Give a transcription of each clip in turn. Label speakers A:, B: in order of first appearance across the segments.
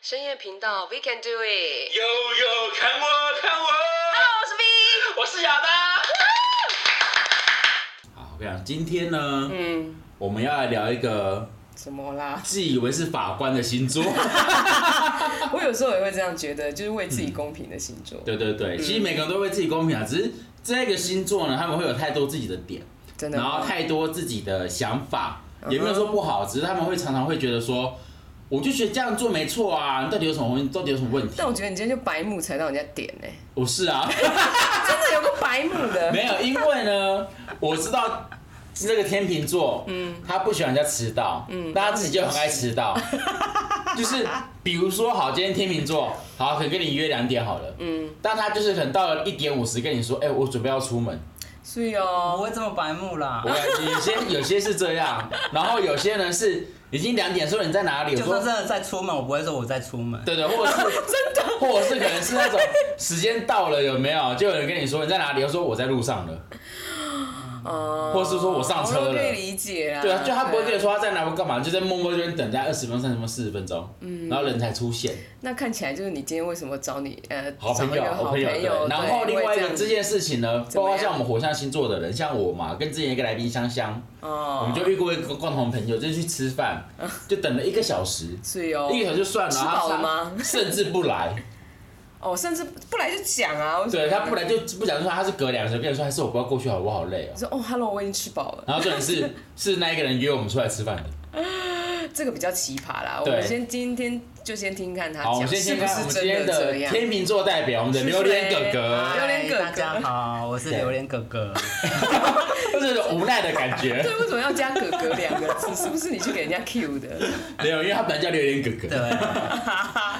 A: 深夜频道，We can do it。
B: 悠悠，看我，看我，
A: Hello，我是 V。
B: 我是亚当。好，我跟你讲，今天呢，
A: 嗯，
B: 我们要来聊一个
A: 怎么啦？
B: 自以为是法官的星座。
A: 我有时候也会这样觉得，就是为自己公平的星座，
B: 对对对，其实每个人都为自己公平啊，只是这个星座呢，他们会有太多自己的点，
A: 真的
B: 然
A: 吗。嗯
B: 后太多自己的想法，也没有说不好，只是他们会常常会觉得说，我就觉得这样做没错啊，你到底有什么问，到底有什么问题
A: 但？我觉得你今天就白目踩到人家点 呢、
B: 我是啊。
A: 真的有个白目的。
B: 没有，因为呢，我知道这个天秤座，嗯，他不喜欢人家迟到，嗯，但他自己就很爱迟到，就是比如说，好，今天天秤座，好，可能跟你约两点好了，嗯，但他就是可能到了一点五十跟你说，哎、我准备要出门，
A: 所以哦，
C: 不会这么白目啦
B: 我，有些 有些是这样，然后有些人是已经两点说你在哪里，
C: 就
B: 我
C: 算
B: 说
C: 真的在出门，我不会说我在出门。
B: 对对，或者是 真的，或者是可能是那种时间到了有没有，就有人跟你说你在哪里，我说我在路上了。
A: 哦
B: 或是说我上车了
A: 我都可以理解啦。
B: 对啊，就他不会跟你
A: 对啊。
B: 说他在哪或干嘛，就在默默这边等待二十分钟、三十分钟、四十分钟，
A: 嗯
B: 然后人才出现，
A: 那看起来就是你今天为什么找你呃，
B: 好朋
A: 找
B: 友、
A: 一个好
B: 朋友。
A: 朋友
B: 对，然后另
A: 对
B: 外一
A: 会
B: 个这
A: 样
B: 件事情呢，
A: 怎
B: 包
A: 么
B: 括
A: 样
B: 像我们火象星座的人，像我嘛，跟之前一个来宾香香，我
A: 哦
B: 们，就遇过一个共同朋友，就是去吃饭，就等了一个小时，
A: 所以哦
B: 一，个小时就算了，
A: 吃饱了
B: 他
A: 吗
B: 甚至不 来，
A: 哦，甚至不来就讲啊，我
B: 对他
A: 觉得
B: 不来就不讲说他是隔两个小时跟你说，还是我不要过去好，我好累哦
A: 我。说哦，Hello，我已经吃饱了。
B: 然后重点 是是那一个人约我们出来吃饭的，
A: 这个比较奇葩啦。我
B: 对
A: 们先今天就先听看他
B: 好，我们
A: 讲
B: 先
A: 是
B: 先
A: 不
B: 看我
A: 是
B: 们今
A: 真
B: 天
A: 的
B: 的
A: 这样。啊
B: 天秤座代表，我们的榴莲哥哥。
A: 榴莲哥哥
C: 嗨大家好，我是榴莲哥哥。
B: 就是有种无奈的感觉。
A: 对，为什么要加“哥哥”两个字？是不是你去给人家 Q 的？
B: 没有，因为他本来叫榴莲哥
C: 对
B: 哥，，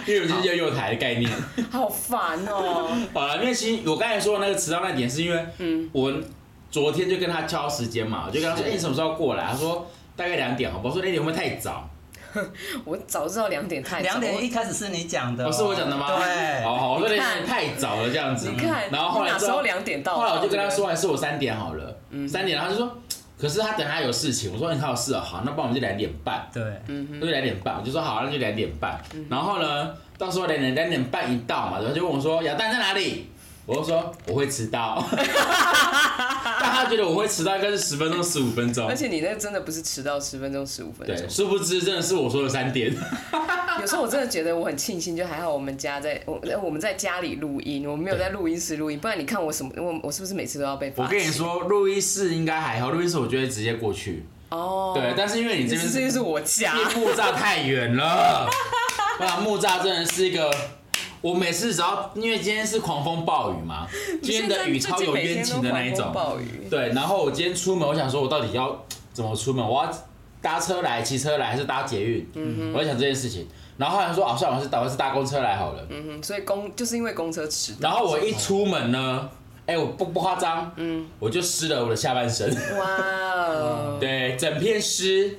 B: 因为我们是叫右台的概念。
A: 好烦哦、
B: 好了，因为其实我刚才说的那个迟到那点，是因为
A: 嗯
B: 我昨天就跟他敲时间嘛，我就跟他说：“哎、你什么时候过来？”他说：“大概两点，好不好？”我说：“哎、你会不会太早
A: 我早知道两点太早
C: 两点一开始是你讲的？”哦，
B: 哦，是我讲的吗？
C: 对，
B: 好好，我说哎
A: 你
B: 你
A: 看
B: 太早了这样子。嗯
A: 你看，
B: 然后后
A: 你
B: 来
A: 哪
B: 之
A: 时
B: 后
A: 候，两点到？嗯
B: 后来我就跟他说：“还是我三点好了，三点。”然后他就说：“可是他等下有事情。”我说：“你还有事啊？好，那帮我们就两点半。”
C: 对，
B: 就两点半，我就说好，那就两点半。
A: 嗯
B: 然后呢，到时候两点两点半一到嘛，然后就问我说亚蛋在哪里？我就说我会迟 到，但他觉得我会迟到应该是十分钟十五分钟
A: 而，且你那真的不是迟到十分钟、十五分
B: 对，
A: 钟。
B: 殊不知真的是我说的三点，
A: 有时候我真的觉得我很庆幸，就还好我们家在我我们在家里录音，我们没有在录音室录音，不然你看我什么我我是不是每次都要被 发
B: 我跟你
A: 现
B: 说录音室应该还好，录音室我觉得直接过去，
A: 哦，
B: 对，但是因为你这
A: 这
B: 边
A: 是这
B: 是
A: 就是我家，
B: 木栅太远 了，我想木栅真的是一个。我每次只要因为今天是狂风暴雨嘛，今天的雨
A: 现在
B: 超
A: 最近
B: 有
A: 每天
B: 冤
A: 都
B: 情的那一种
A: 狂风，暴雨，
B: 对，然后我今天出门，我想说我到底要怎么出门？我要搭车来、骑车来，还是搭捷运？嗯，我在想这件事情。然后后来说，哦，算了，我是打我是搭公车来好了。
A: 嗯哼，所以公就是因为公车迟到。
B: 然后我一出门呢，哎、我不不夸张，嗯，我就湿了我的下半身，
A: 哇哦，
B: 对，整片湿，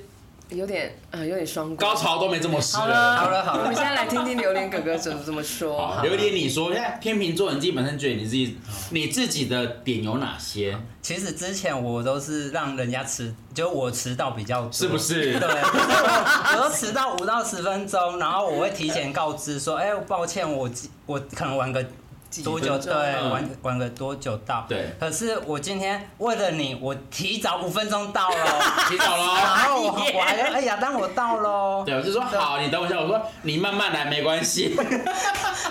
A: 有点呃，有点双
B: 高
A: 关。
B: 潮都没这么湿
C: 好了，好
B: 了。
C: 了，好
A: 我们现
C: 了。
A: 在来听听榴莲哥哥怎么这么说。
B: 好，榴莲，你说，现在天秤座，你自己本身觉得你自己你自己的点有哪些？
C: 其实之前我都是让人家迟，就我迟到比较多，
B: 是不是
C: 对， 我都迟到五到十分钟，然后我会提前告知说，哎，抱歉，我我可能晚个
A: 几
C: 多久？
A: 分
C: 对
A: 钟，
C: 晚晚个多久到？
B: 对
C: 可是我今天为了你，我提早五分钟到了，
B: 洗澡
C: 然
B: 喽。
C: 后我我还要哎呀，当我到喽，
B: 对，我就说好，你等我一下。我说你慢慢来，没关系。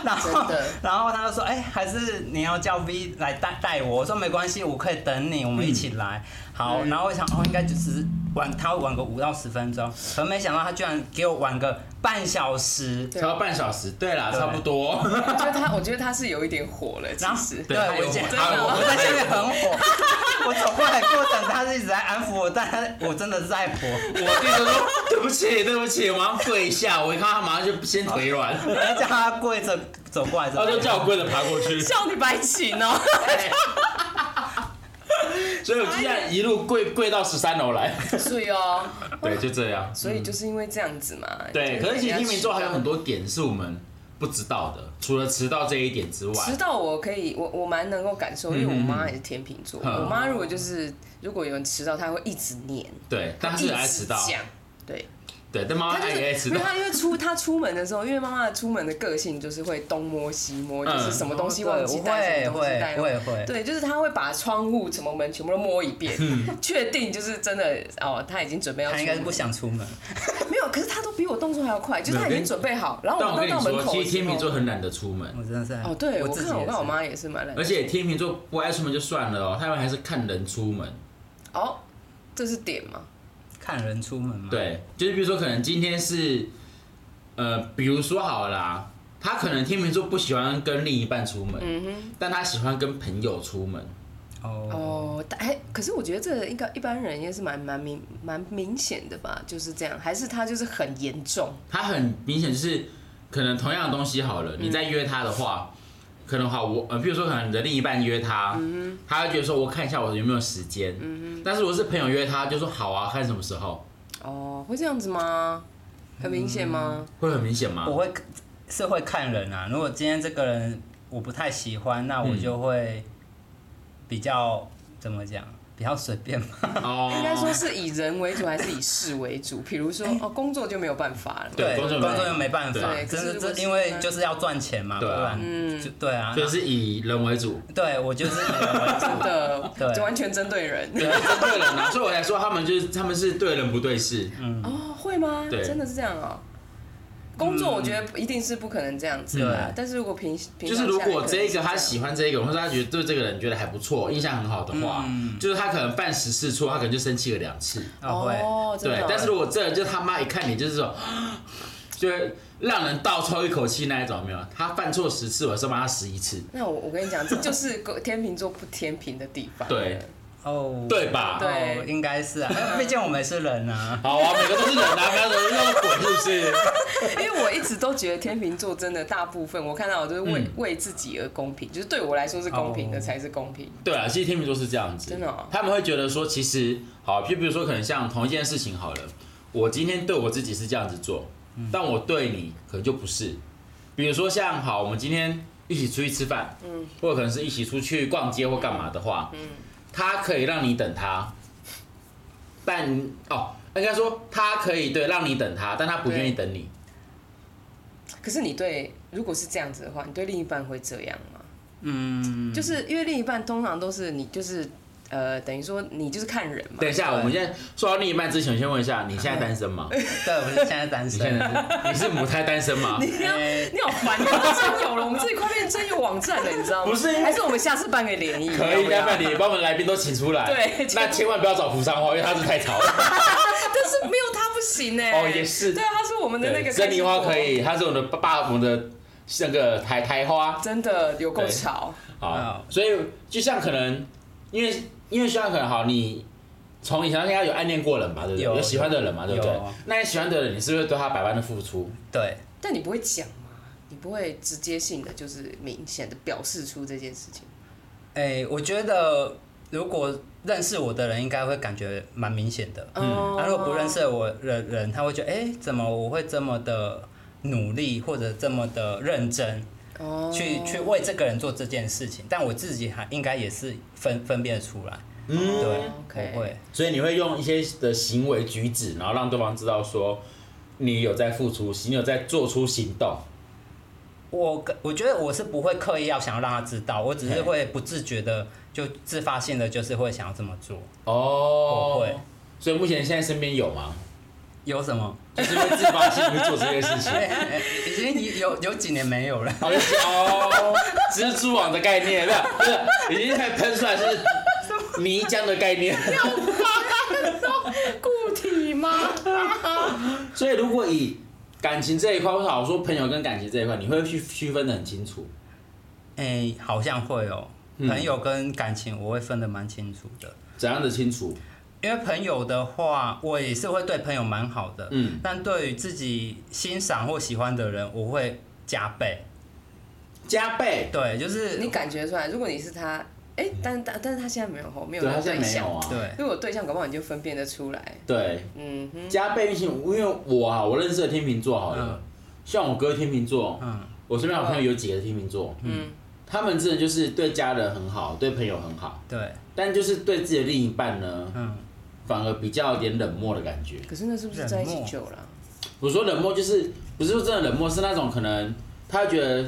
C: 然后
A: 真的
C: 然后他就说，哎，还是你要叫 V 来带带我。我说没关系，我可以等你，我们一起来。
A: 嗯
C: 好，然后我想哦，应该就只是晚，他会晚个五到十分钟，可没想到他居然给我晚个半小时。
B: 超半小时，对啦，
C: 对
B: 差不多。
A: 我觉得他，我觉得他是有一点火了，其
C: 然后
A: 实。
C: 对
B: 他有
C: 我见
B: 火
A: 真的哦
C: 我在下面很火，我走过来过程，他是一直在安抚我，但他我真的是在火。
B: 我弟就说：“ 对不起，对不起，我马上跪下。”我一看他马上就先腿软，
C: 我要叫他跪着走过来，
B: 他就叫我跪着爬过去。
A: 笑你白起哦！
B: 哎所以我就这样一路跪跪到十三楼来。
A: 所以哦，
B: 对，就这样。
A: 所以就是因为这样子嘛。
B: 嗯对，可是其实天秤座还有很
A: 多。
B: 多点是我们不知道的，除了迟到这一点之
A: 迟
B: 外，
A: 到我可以，我我蛮能够感受，因为我妈也是天秤座。
B: 嗯
A: 我妈如果就是如果有人迟到，她会一直念，
B: 对，但
A: 她
B: 他
A: 一
B: 是很爱
A: 直
B: 迟到。
A: 讲，对，
B: 对，但
C: 啊
B: 妈妈
A: 他就
B: 爱
A: 是，
B: 也爱迟
A: 没
B: 到
A: 有，他因为出他出门的时候，因为妈妈出门的个性就是会东摸西摸，就是
B: 嗯
A: 什么东西
C: 哦对
A: 忘记带，
C: 会
A: 什么东西带，
C: 会会会
A: 对，就是他会把窗户什么门全部都摸一遍， 确定就是真的哦，他已经准备要出
C: 嗯他应该是
A: 门
C: 不，想出门，
A: 没有，可是他都比我动作还要快，就是他已
B: 没有
A: 经
B: 跟
A: 准备好，然后
B: 但
A: 我
B: 我
A: 们
B: 跟
A: 到
B: 你说，
A: 门口
B: 其
A: 的
B: 实
A: 时
B: 天秤
A: 候，
B: 座很懒得出门，
C: 我真的是
A: 哦，对，
C: 我
A: 我
C: 自己
A: 看我
C: 也
A: 跟我
C: 是
A: 妈也是蛮懒得，
B: 而且天秤座不爱出门就算了哦，他们还是看人出门。
A: 哦，这是点嘛，
C: 看人出门嘛，，
B: 对，就是比如说，可能今天是，呃，比如说好了啦，他可能天秤座不喜欢跟另一半出门，
A: 嗯
B: 但他喜欢跟朋友出门。
C: 哦，
A: 哦，但哎，可是我觉得这个应该一般人也是蛮蛮明蛮明显的吧，就是这样，还是他就是很严重。
B: 他很明显就是，可能同样的东西好
A: 嗯
B: 了，你再约他的话，可能好我呃，比如说可能你的另一半约他，
A: 嗯
B: 他会觉得说我看一下我有没有时间，但是我是朋友约他，就说好啊，看什么时候，
A: 哦，会这样子吗？很明显吗？
B: 会很明显
A: 哦
B: 吗？
C: 我会是会看人啊。如果今天这个人我不太喜欢，那我
B: 嗯
C: 就会比较怎么讲，比较随便嘛。
B: 哦，
A: 应该说是以人为主还是以事为主？比如说哦，工作就没有办法了。
B: 对
C: 工
B: 工作
C: 作
B: 没办法
C: 又没办法
B: 对，
A: 可
C: 真
A: 是
C: 的
A: 如果
C: 这
A: 是嗯
C: 因为就是要赚钱嘛，不
B: 对啊
C: 然就对啊，
B: 所以是以人为主，
C: 对我就是以人为 主
A: 真的，
C: 对
A: 就完全针对人。
B: 对，针对人啊，所以我才说他们就是他们是对人不对事，
A: 哦，会吗？
B: 对嗯
A: 真的是这样哦。工作我觉得一定是不可能这样子
C: 嗯
A: 的，但是如果平平
B: 就是
A: 常
B: 如
A: 下来
B: 果
A: 可能
B: 这
A: 是
B: 个他
A: 样嗯
B: 喜欢这一个人，或者他觉得对这个人觉得还不错，印象很好的话，就是他可能犯十次错，他可能就生气了两次。
C: 啊会。
A: 哦，真的
B: 对
A: 哦，
B: 但是如果这人就他妈一看你就是说， 就会让人倒抽一口气那一种，有没有？他犯错十次，我是骂他十一次，
A: 那我我跟你讲，这就是天秤座不天平的地方。
B: 对，
C: 哦，
B: 对吧？
A: 对
C: 哦，应该是啊，毕竟我们是人啊。
B: 好啊，每个都是人啊，不要人那么滚，是不是？
A: 因为我一直都觉得天秤座真的大部分我看到的都是为、
B: 嗯
A: 为自己而公平，就是对我来说是公平的
C: 哦
A: 才是公平。
B: 对啊，其实天秤座是这样子，
A: 真的哦
B: 他们会觉得说，其实好，就比如说可能像同一件事情好了，我今天对我自己是这样子做，但我对你可能就不是。比如说像好，我们今天一起出去吃饭，嗯，或者可能是一起出去逛街或干嘛的话，嗯，他可以让你等他，但哦，应该说他可以对让你等他，但他不愿意等你。
A: 可是你对如果是这样子的话，你对另一半会这样吗？
C: 嗯，
A: 就是因为另一半通常都是你就是呃，等于说你就是看人嘛。
B: 等一下，
C: 对
B: 我们现在说到另一半之前，我先问一下，你现在单身吗？
C: 对，我是现在单
B: 你
C: 身
B: 现。在是你是母胎单身吗？
A: 你要
C: 哎
A: 你好烦，你要真有了，我们自己快变成真有网站了，你知道吗？
B: 不是因为
A: 还是我们下次办个联谊，
B: 可
A: 要
B: 以，
A: 不要
B: 那你把我们来宾都请出来。
A: 对
B: 那千万不要找扶桑花，因为他是太吵了。
A: 但是没有他不行哎、
B: 哦也是
A: 对啊，他是我们的那
B: 对，
A: 个
B: 珍妮花
A: 开心果
B: 可，以，他是我们的爸爸，我们的那个台台花。
A: 真的有够
B: 对
A: 吵。
B: 好
C: 好，
B: 所以就像可能，因为因为像可能好，你从以前到现在有暗恋过人吧，对不对？
C: 有
B: 有喜欢的人嘛，对不对
C: 有？
B: 那你喜欢的人，你是不是对他百般的付出？
C: 对，
A: 但你不会讲吗？你不会直接性的就是明显的表示出这件事情？
C: 哎，我觉得如果认识我的人，应该会感觉蛮明显的。啊
A: 嗯
C: 他、如果不认识我的人，他会觉得，哎，怎么我会这么的努力，或者这么的认真，
A: 哦
C: 去去为这个人做这件事情？但我自己还应该也是分分辨得出来。
A: 哦
C: 对，
B: 嗯，
C: 我会。
B: 所以你会用一些的行为举止，然后让对方知道说你有在付出，你有在做出行动。
C: 我个我觉得我是不会刻意要想要让他知道，我只是会不自觉的就自发性的就是会想要这么做。
B: 哦，
C: 我会。
B: 所以目前现在身边有吗？
C: 有什 么？
B: 就是会自发性去做这些事情。
C: 已经有有几年没有了。
B: 好哦，蜘蛛网的概念，没有，不是，已经快喷出来是泥浆的概念。
A: 固体吗？
B: 所以如果以感情这一块，或者好说朋友跟感情这一块，你会去区分的很清楚。
C: 哎、好像会哦、朋友跟感情我会分得蛮清楚的，
B: 怎样的清楚？
C: 因为朋友的话，我也是会对朋友蛮好的，
B: 嗯，
C: 但对于自己欣赏或喜欢的人，我会加倍。
B: 加倍。
C: 对，就是
A: 你感觉出来，如果你是他，哎、但但但是他现在没有吼，没有
B: 对，他现在
A: 对
B: 没
A: 象。
B: 有啊。
C: 对，
A: 如果有对象，搞不好你就分辨得出来。
B: 对，
A: 嗯哼，
B: 加倍运气，因为我啊，我认识的天秤座好了，像我哥天秤座，
C: 嗯，
B: 我身边好朋友有几个天秤座，
A: 嗯，
B: 他们真的就是对家人很好，对朋友很好，
C: 对，
B: 但就是对自己的另一半呢，
C: 嗯，
B: 反而比较有点冷漠的感觉。
A: 可是那是不是在一起久了？
B: 我说冷漠就是不是说真的冷漠，是那种可能他觉得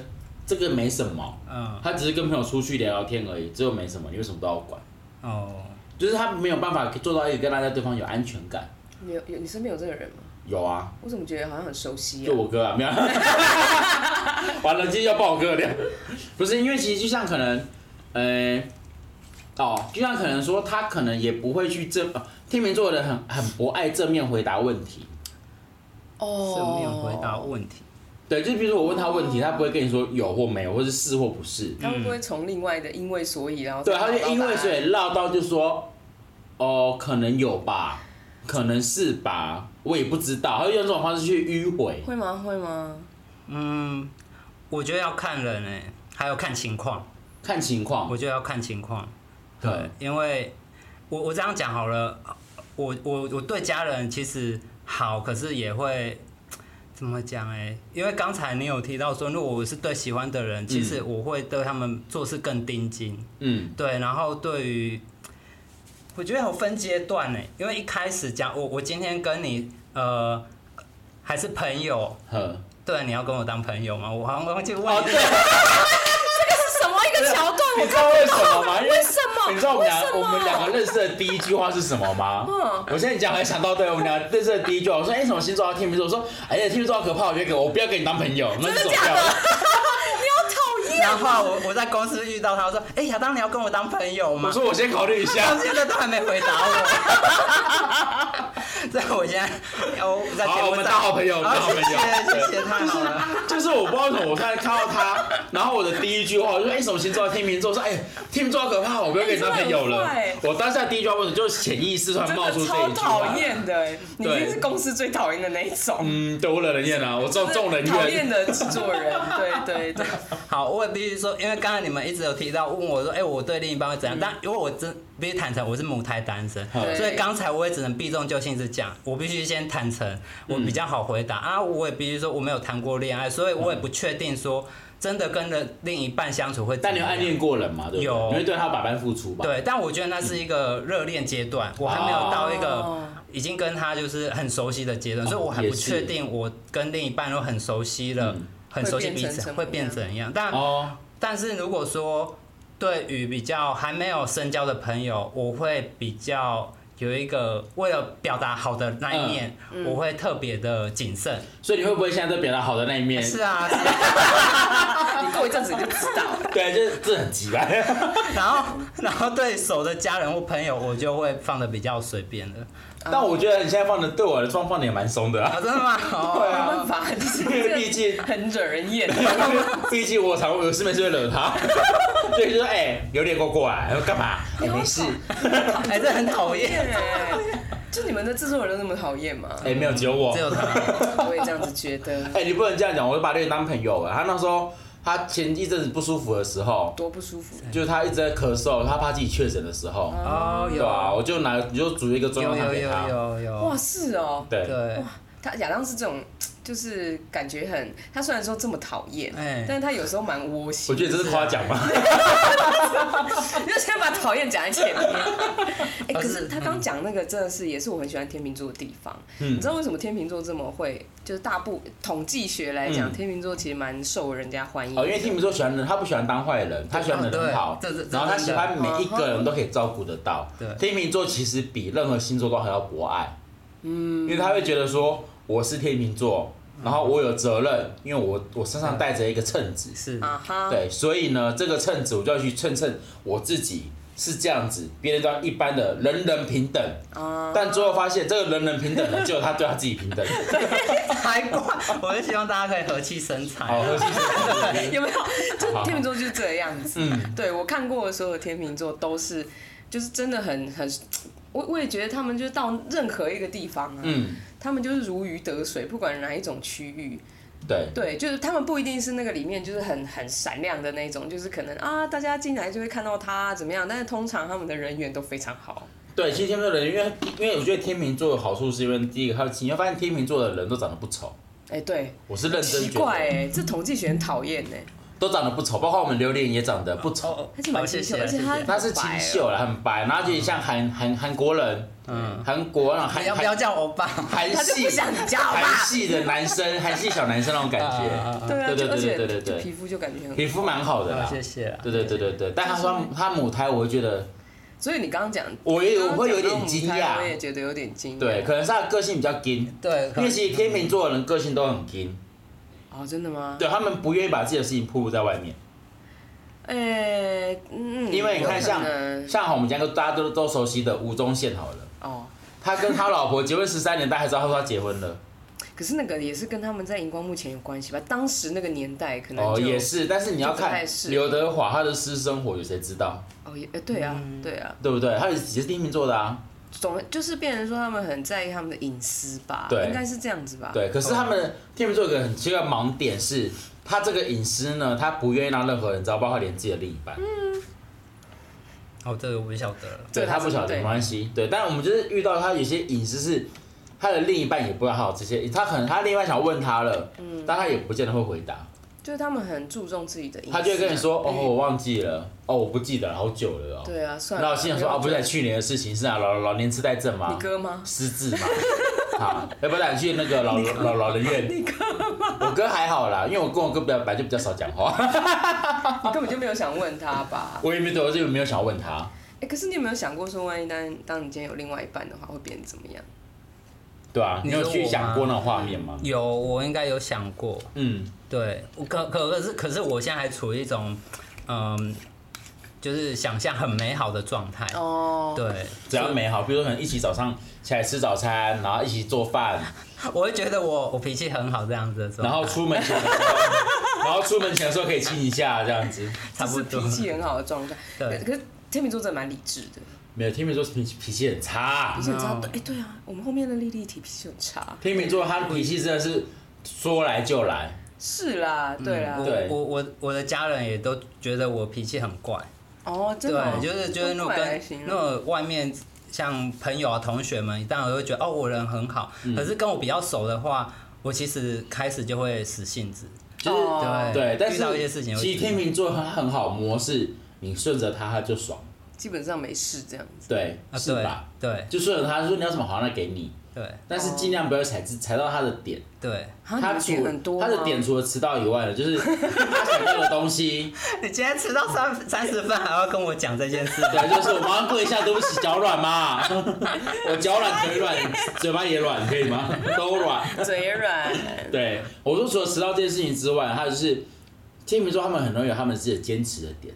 B: 这个没什么，
C: 嗯，
B: 他只是跟朋友出去聊聊天而已，这又没什么，你为什么都要管？
C: 哦，
B: 就是他没有办法做到一个跟大家对方有安全感。
A: 你有有你身边有这个人吗？
B: 有啊，
A: 我怎么觉得好像很熟悉
B: 就
A: 啊？
B: 我哥 啊，没有。完了，今天要爆我哥的料。不是因为其实就像可能，呃，哦，就像可能说他可能也不会去正，呃天秤座的人很很不爱正面回答问题。
A: 哦
C: 正面回答问题，
B: 对，就比如说我问他问题，他不会跟你说有或没有，或是是或不是。
A: 他会不会从另外的因为所以，然后
B: 对，
A: 再
B: 他
A: 找到
B: 就因为
A: 答案
B: 所以绕到就说，哦，可能有吧，可能是吧，我也不知道，他就用这种方式去迂回。
A: 会吗？会吗？
C: 嗯，我觉得要看人诶、还有看情况，
B: 看情况
C: 我，觉得要看情况，
B: 对，
C: 因为我我这样讲好了，我我我对家人其实好，可是也会怎么讲哎、因为刚才你有提到说，如果我是对喜欢的人，其实我会对他们做事更盯紧，
B: 嗯，
C: 对，然后对于，我觉得有分阶段呢，因为一开始讲我我今天跟你呃还是朋友，
B: 呵，
C: 对，你要跟我当朋友吗？我好像忘记问
B: 哦，
C: 你
B: 对。
A: 这是什么一个桥段？
B: 你
A: 我
B: 知道为什么吗？因为
A: 啊为什么
B: 你知道我们
A: 为
B: 俩
A: 什么
B: 我们两个认识的第一句话是什么吗？
A: 嗯
B: 我现在讲还想到，对我们俩认识的第一句话，我说哎、什么星座啊？天秤座，我说哎呀天秤座好可怕，我觉得我不要跟你当朋友，那是
A: 真
B: 走
A: 的假
B: 掉
A: 的
B: 了。
A: 你好讨厌
C: 然后我我在公司遇到他，我说：“哎、亚当，你要跟我当朋友吗
B: 我？”说我先考虑 一
C: 到
B: 下。
C: 现在都还没回答我。所以我现在我在节目
B: 好
C: 上
B: 我们当好朋友我们当好朋友
C: 谢谢谢谢，太好了。
B: 就是我不知道为什么，我突然看到他，然后我的第一句话我就说：“哎、什么星座啊？天秤座。”我说：“哎、天秤座好可怕，我不要跟你当朋友了。
A: 哎你
B: 我当下第一句话问题就是潜意识突然
A: 真
B: 冒
A: 的
B: 出这
A: 超
B: 一句
A: 讨
B: 话。
A: 厌的欸，你一
B: 对
A: 定是公司最讨厌的那一种，
B: 嗯，对我惹人厌啊，我这种众人
A: 讨
B: 怨
A: 厌。的制作人，对对对，
C: 好，我也必须说，因为刚才你们一直有提到问我说，哎、我对另一半会
B: 嗯
C: 怎样？但因为我真必须坦诚，我是母胎单身，
B: 对
C: 所以刚才我也只能避重就轻是讲，我必须先坦诚，我比较好回答、
B: 嗯
C: 啊。我也必须说我没有谈过恋爱，所以我也不确定说真的跟了另一半相处会怎
B: 但
C: 么
B: 你有
C: 样。
B: 暗恋过人嘛？对不对？
C: 有
B: 你会对他百般付出吧？
C: 对，但我觉得那是一个热恋阶段，
B: 哦
C: 我还没有到一个
A: 哦
C: 已经跟他就是很熟悉的阶段，
B: 哦
C: 所以我还
B: 也
C: 不
B: 是
C: 确定我跟另一半都很熟悉了，
B: 嗯
C: 很熟悉
A: 会
C: 彼
A: 变成
C: 此
A: 什么
C: 会变
A: 样
C: 怎样。但
B: 哦，
C: 但是如果说对于比较还没有深交的朋友，我会比较有一个为了表达好的那一面，
A: 嗯
C: 我会特别的谨慎。
B: 所以你会不会现在在表达好的那一面？
C: 是啊，是啊
A: 你过一阵子你就知道了。
B: 对，就是这很奇怪。
C: 然后然后对手的家人或朋友，我就会放的比较随便的。
B: 但我觉得你现在放的对我的状况也蛮松的
C: 啊，
B: 啊，
C: 真的吗？
B: 对
C: 哦
B: 啊
A: 没办法，就是
B: 因为毕竟哎
A: 很惹人厌。
B: 毕竟我常我有事没事会惹他， 所以就说哎、有点给我过来，我说干嘛？哎、没事，
C: 哎、这很讨厌。
A: 哎，就你们的制作人都那么讨厌吗？
B: 哎、没有只有我
C: 只，有他，
A: 我也这样子觉得，
B: 哎、你不能这样讲，我就把这个当朋友啊了。他那时候他前一阵子不舒服的时候，
A: 多不舒服。
B: 就是他一直在咳嗽，他怕自己确诊的时候，
C: 哦，
B: 对
C: 有
B: 啊，我就拿你就煮一个中药
C: 有
B: 汤
C: 有
B: 给他
C: 有，有有
A: 哇，，是哦，
B: 对，
C: 对，
A: 他亚当是这种，就是感觉很，他虽然说这么讨厌，
C: 哎
A: 但是他有时候蛮窝
B: 我
A: 心。
B: 觉得这是夸奖吧。
A: 你就先把讨厌讲在前 面。哎，可
C: 而是
A: 是他刚讲那个真的是，也是我很喜欢天秤座的地方。
B: 嗯
A: 你知道为什么天秤座这么会？就是大部统计学来讲，
B: 嗯
A: 天秤座其实蛮受人家欢迎的。
B: 哦，因为 Tim 说喜欢人，他不喜欢当坏人，他喜欢人很好
C: 哦，对这是
B: 然后他喜欢
A: 这是
B: 每
A: 真的
B: 一个人都可以照顾得到。
C: 对
B: 天秤座其实比任何星座都还要博爱，嗯，因为他会觉得说我是天秤座，然后我有责任，因为我我身上带着一个秤子，
C: 是，
A: 啊哈，
B: 对，所以呢，这个秤子我就要去称称我自己是这样子，别人都要一般的人人平等，
C: 嗯
A: 啊，
B: 但最后发现这个人人平等呢，只有他对他自己平 等，
C: 还怪，我就希望大家可以和气生财。哦
B: 好，核心是
A: 有没有？就天秤座就是这个样子。
B: 嗯
A: 对我看过的所有天秤座都是，就是真的很很，我我也觉得他们就是到任何一个地方啊，
B: 嗯，
A: 他们就是如鱼得水，不管哪一种区域，
B: 对，
A: 对，就是他们不一定是那个里面就是很很闪亮的那种，就是可能啊，大家进来就会看到他怎么样，但是通常他们的人缘都非常好。
B: 对，其实天秤座的人，因为因为我觉得天秤座的好处是因为第一个，他你会发现天秤座的人都长得不丑，
A: 哎、对，
B: 我是认真
A: 奇欸
B: 觉得。
A: 怪哎、这统计学很讨厌哎，
B: 都长得不丑，包括我们榴莲也长得不
C: 哦
B: 丑，，
A: 他是蛮清秀，
C: 谢谢
A: 而且他
C: 谢谢
B: 他是清
A: 哦
B: 秀了，很白，然后就像韩韩韩国人，嗯，韩国那种韩
C: 要不要
B: 韩
C: 叫欧 巴？
B: 韩
A: 他就
B: 系
A: 不想你叫吧
B: 韩系的男生，韩系小男生那种感
C: 啊
B: 觉，
A: 对啊，
B: 对对
A: 就而
B: 对
A: 且
B: 对对
A: 就
B: 对
A: 皮，肤就感觉很，
B: 皮肤蛮好的啦，
C: 谢谢啊。
B: 对对对对对，但他说他母胎，我会觉得
A: 所以你刚刚讲，
B: 我也
A: 刚
B: 我
A: 刚
B: 会有
A: 讲到
B: 点
A: 母
B: 惊
A: 胎我也
B: 讶，
A: 觉得有点惊讶，
B: 对，，可能是他的个性比较硬，
C: 对，
B: 因为其实天秤座的人个性都很硬，
A: 哦，真的吗？
B: 对他们不愿意把自己的事情暴露在外面，
A: 哎，嗯，
B: 因为你看
A: 有可
B: 像
A: 能
B: 像好我们家都大家都都熟悉的吴宗宪好了，
A: 哦，
B: 他跟他老婆结婚十三年，大家还知道他说他结婚了，
A: 可是那个也是跟他们在荧光幕前有关系吧？当时那个年代可能
B: 哦
A: 就
B: 也是，但是你要
A: 就不太
B: 看
A: 是
B: 刘德华他的私生活有谁知道，
A: 哦也呃对啊
B: 嗯
A: 对啊，
B: 对不对？他也是天秤座的啊，
A: 总就是变成说他们很在意他们的隐私吧，
B: 对
A: 应该是这样子吧？，
B: 对，可是他们天秤座有个很奇怪的盲点是，他这个隐私呢，他不愿意让任何人知道，包括连自己的另一半。
C: 哦，这个我不晓得了。
B: 对
A: 对
B: 他不晓得
A: 对
B: 没关系。对，但我们就是遇到他有些隐私是他的另一半也不知道他有这些，他可能他另一半想问他了，
A: 嗯
B: 但他也不见得会回答，
A: 就是他们很注重自己的隐私，
B: 他就会跟你说哦
A: 嗯
B: 我忘记了，哦我不记得了，好久了哦。
A: 对啊，算了。
B: 然后我心想说啊不是在啊去年的事情，是啊老老年痴呆症吗
A: 你？哥吗？
B: 失智嘛。好，要不要带你去那个老老老老人院？你哥我哥还好啦，因为我跟我哥比较本来就比较少讲话，
A: 你根本就没有想问他吧？
B: 我也没对我就没有想要问他，
A: 哎、可是你有没有想过说，万一当当你今天有另外一半的话，会变成怎么样？
B: 对啊，你
C: 你
B: 有
C: 说
B: 去
C: 我
B: 想
C: 吗
B: 过那种画面吗？
A: 嗯
C: 有，我应该有想过。
B: 嗯，
C: 对，我可可可是可是我现在还处于一种，嗯，就是想象很美好的状态。
A: 哦，
C: 对，
B: 只要美好，比如说可能一起早上起来吃早餐，然后一起做 饭，
C: 我会觉得我我脾气很好这样子的状态
B: 然后出门前的时候， 然后出门前的时候可以亲一下这样子。
C: 差不
A: 这
C: 多
A: 是。脾气很好的状态。
C: 对
A: 可可是天秤座真的蛮理智的，
B: 没有，天秤座脾脾气很差
A: 脾，气很差。
C: No
A: 哎、对啊，我们后面的莉莉体脾气很差。
B: 天秤座他的脾气真的是说来就来，
A: 是啦，对啦。
B: 嗯对
C: 我啊我我我的家人也都觉得我脾气很怪，
A: 哦，真
C: 对
A: 的哦、，
C: 就是就是那
A: 用
C: 种
A: 怪来
C: 跟
A: 形
C: 那
A: 容
C: 种外面像朋友啊同学们，当然我会觉得哦我人很好，
B: 嗯
C: 可是跟我比较熟的话，我其实开始就会死性子，
B: 就是
A: 哦
B: 对，但
C: 遇到一些
B: 是
C: 事情会
B: 其实天秤座他很好摸，是你顺着他他就爽，
A: 基本上没事这样子。
B: 对，
C: 啊
B: 是吧？
C: 对对
B: 就顺着他说你要什么好，那给你，
C: 对
B: 但是尽量不要踩
C: 嗯
B: 踩到他的点。
C: 对，
A: 好像
B: 他
A: 啊你的点
B: 除
A: 很多吗，
B: 他的点除了迟到以外呢，就是他想要的东西。
C: 你今天迟到三 三十分还要跟我讲这件事，
B: 对，就是我马上跪下，对不起，脚软 嘛，我脚软腿软，嘴巴也软，可以 吗？都软。
A: 嘴也软。
B: 对，我说除了迟到这件事情之外，还有就是天秤座他们很容易有他们自己的坚持的点，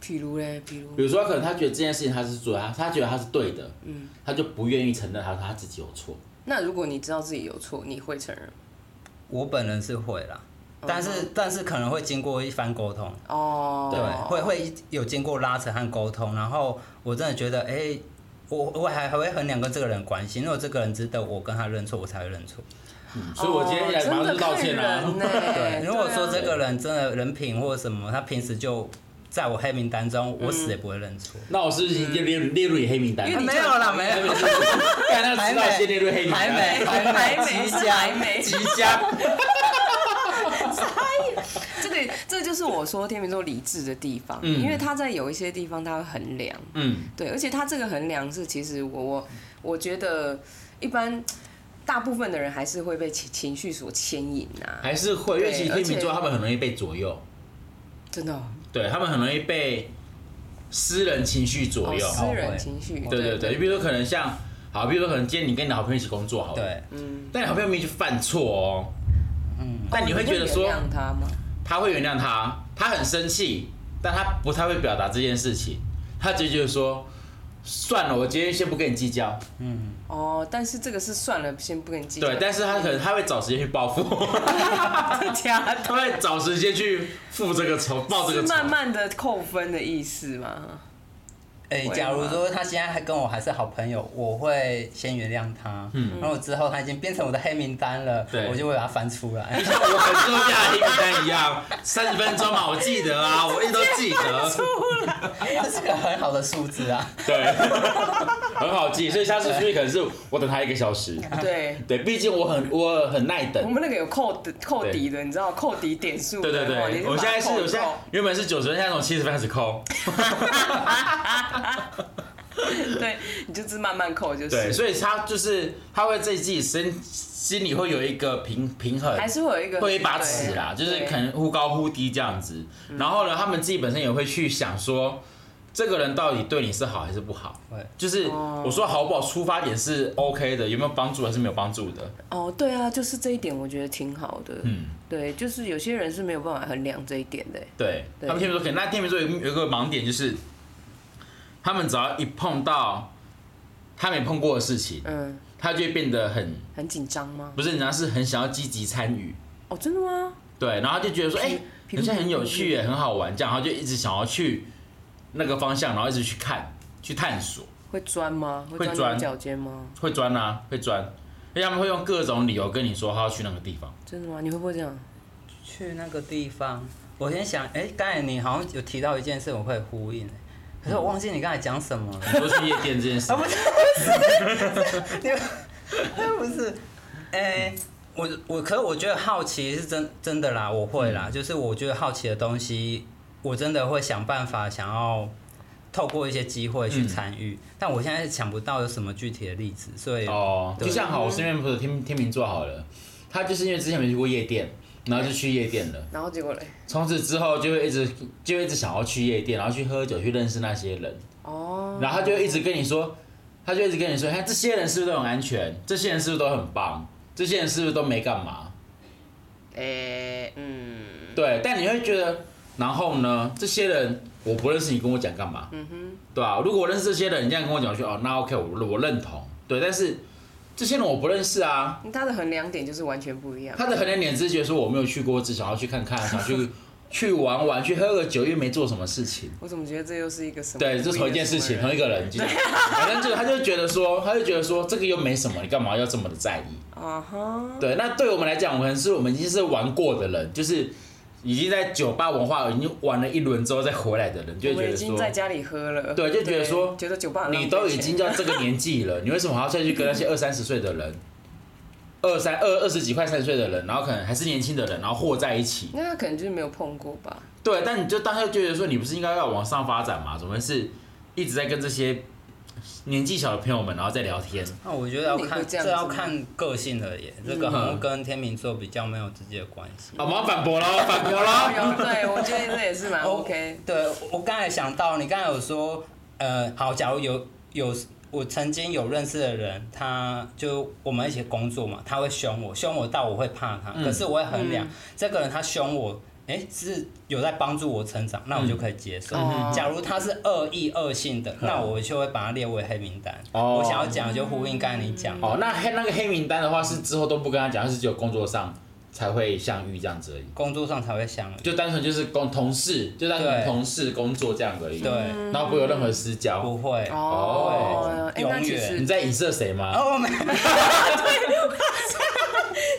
A: 比如嘞，比如
B: 比如说可能他觉得这件事情他是做他他觉得他是对的，嗯，他就不愿意承认他他自己有错。
A: 那如果你知道自己有错，你会承认吗
C: 我本人是会啦，但是但是可能会经过一番沟通。
A: 哦，
C: 对，会会有经过拉扯和沟通，然后我真的觉得，哎、我我还还会衡量跟这个人关系，如果这个人值得我跟他认错，我才会认错。
B: 嗯所以我今天来马上就道歉啊啦、
A: 哦真的看人欸
C: 哎对，如果说
A: 对啊
C: 这个人真的人品或什么，他平时就在我黑名单中，我死也不会认错。
B: 那我是不是已经列入列入你黑名单
A: 因
B: 了？
A: 为你
C: 嗯没有啦，没有，
B: 看那个
C: 还
B: 迟
C: 没，
B: 到先列入黑名单，
C: 还 没，
A: 还
C: 还
A: 没
C: 没，即
A: 还
C: 将，
A: 没
C: 即将，
A: 这个这就是我说天秤座理智的地方，
B: 嗯
A: 因为他在有一些地方他会衡量，
B: 嗯，
A: 对，而且他这个衡量是其实我我我觉得一般大部分的人还是会被情情绪所牵引啊，
B: 还是会，因为其实
A: 对而
B: 天
A: 且
B: 秤座他们很容易被左右。
A: 真的哦，
B: 对他们很容易被私人情绪左右。
A: 哦私
C: 哦
A: 人
C: 会
A: 情绪，
B: 对对对，你比如说可能像，好，比如说可能今天你跟你的好朋友一起工作好了，
C: 对，
B: 但你好朋友明明就犯错哦，
C: 嗯，
B: 但你会觉得说
A: 哦你会原谅他吗？
B: 他会原谅他，他很生气，但他不太会表达这件事情，他就觉得说，算了，我今天先不跟你计较。
A: 哦，但是这个是算了，先不跟你计较。
B: 对，但是他可能他会找时间去 报复，
A: 假的
B: 他会找时间去付这个仇，报这
A: 是
B: 个仇。
A: 慢慢的扣分的意思嘛？
C: 诶、
A: 会
C: 假如
A: 吗
C: 说他现在还跟我还是好朋友，我会先原谅他。嗯，然后之后他已经变成我的黑名单了，
B: 对
C: 我就会把他翻出来。
B: 像我很重要的黑名单一样，三十分钟嘛，我记得啊，我一直都记得。
C: 这是个很好的数字啊！
B: 对， 很好记，所以下次出去可能是我等他一个小时。
A: 对，
B: 对，毕竟我很我很耐
A: 我
B: 等。
A: 们那个有扣的扣底的，你知道扣底点数的。
B: 对对
A: 哦你
B: 对，我
A: 把
B: 现在是
A: 它扣
B: 我现在
A: 扣
B: 原本是九十分，现在从七十分开始扣。
A: 对，你就只慢慢扣就是。
B: 对，所以他就是他会在自己身心里会有一个平平衡，
A: 还是会有一个
B: 会有一把尺啦，
A: 对嗯
B: 就是可能忽高忽低这样子。然后呢，他们自己本身也会去想说，这个人到底对你是好还是不好
C: 对。
B: 就是
A: 哦
B: 我说好不好，出发点是 OK 的，有没有帮助还是没有帮助的。
A: 哦，对啊，就是这一点，我觉得挺好的。
B: 嗯，
A: 对，就是有些人是没有办法衡量这一点的。
B: 对，
A: 对
B: 他们天秤座可以，那天秤座有有一个盲点就是，他们只要一碰到他没碰过的事情，
A: 嗯，
B: 他就会变得很
A: 很紧张吗？
B: 不是，人家是很想要积极参与。
A: 哦，真的吗？
B: 对，然后就觉得说，哎、
A: 皮
B: 好像很有趣耶，很好玩，这样，然后就一直想要去那个方向，然后一直去看、去探索，
A: 会钻吗？会
B: 会
A: 钻
B: 钻
A: 牛角尖吗？
B: 会钻啊，会钻，因为他们会用各种理由跟你说他要去那个地方。
A: 真的吗？你会不会这样？
C: 去那个地方，我先想，哎、刚才你好像有提到一件事，我会呼应、可是我忘记你刚才讲什么了。
B: 你说去夜店这件事，
C: 你们
A: 嗯
C: 不是，哎、我我可是我觉得好奇是真真的啦，我会
A: 嗯
C: 啦，就是我觉得好奇的东西，我真的会想办法想要透过一些机会去参与，
A: 嗯
C: 但我现在想不到有什么具体的例子，所以
B: 哦，就像好，我身边朋友天天秤座好了，他就是因为之前没去过夜店，然后就去夜店了，
A: 然后结果嘞？
B: 从此之后就会一直就会一直想要去夜店，然后去喝酒，去认识那些人。
A: 哦，
B: 然后他就一直跟你说，他就一直跟你说，哎看这些人是不是都很安全，这些人是不是都很棒，这些人是不是都没干嘛？
A: 诶，嗯，
B: 对，但你会觉得，然后呢，这些人我不认识，你跟我讲干嘛？嗯哼，对吧、如果我认识这些人，你这样跟我讲，我就哦，那 OK，我我认同，对，但是这些人我不认识啊。
A: 他的衡量点就是完全不一样。
B: 他的衡量点只是觉得说我没有去过，我只想要去看看，想去 去玩玩，去喝个酒，又没做什么事情。
A: 我怎么觉得这又是一个什么？
B: 对，这是同一件事情，同一个人，就是
A: 啊
B: 反正就他就觉得说，他就觉得说这个又没什么，你干嘛要这么的在意？
A: 啊哈，
B: 对，那对我们来讲，我们是我们已经是玩过的人，就是已经在酒吧文化已经玩了一轮之后再回来的人，就
A: 我
B: 会觉
A: 们已
B: 得
A: 经在
B: 说，
A: 家里喝了，
B: 对就觉得说
A: 对觉得酒吧很浪费
B: 你都已
A: 钱
B: 经到这个年纪了，你为什么还要再去跟那些二三十岁的人？二三二二十几快三十岁的人，然后可能还是年轻的人，然后和在一起。
A: 那他可能就是没有碰过吧。
B: 对，但你就当下就觉得说，你不是应该要往上发展吗？怎么是一直在跟这些年纪小的朋友们，然后在聊天？
C: 那我觉得要
A: 那你会
C: 看
A: 这样
C: 这
A: 子
C: 要
A: 吗
C: 看个性的耶，这个好像
B: 嗯
C: 跟天秤座比较没有直接的关系。
B: 好，我们要反驳喽，反驳喽。
A: 有， 对我觉得这也是蛮啊
B: 哦
A: OK。
C: 哦对，我刚才想到，你刚才有说，呃，好，假如有有我曾经有认识的人，他就我们一起工作嘛，他会凶我，凶我到我会怕
A: 嗯
C: 他，可是我会衡量、这个人他凶我。哎，是有在帮助我成长，那我就可以接受。
A: 嗯
C: 假如他是恶意恶性的，那我就会把他列为黑名单。
B: 哦
C: 我想要讲的就呼应刚才你讲的
B: 哦，那黑那个黑名单的话，是之后都不跟他讲，他是只有工作上才会相遇这样子而已，
C: 工作上才会相遇。
B: 就单纯就是工同事，就单纯
C: 对
B: 同事工作这样而已，
C: 对，，
B: 然后不会有任何私交。
C: 不会。
A: 哦
B: 哦，
A: 哎，那其
C: 永
A: 实
B: 你在影射谁吗？
C: 哦，没有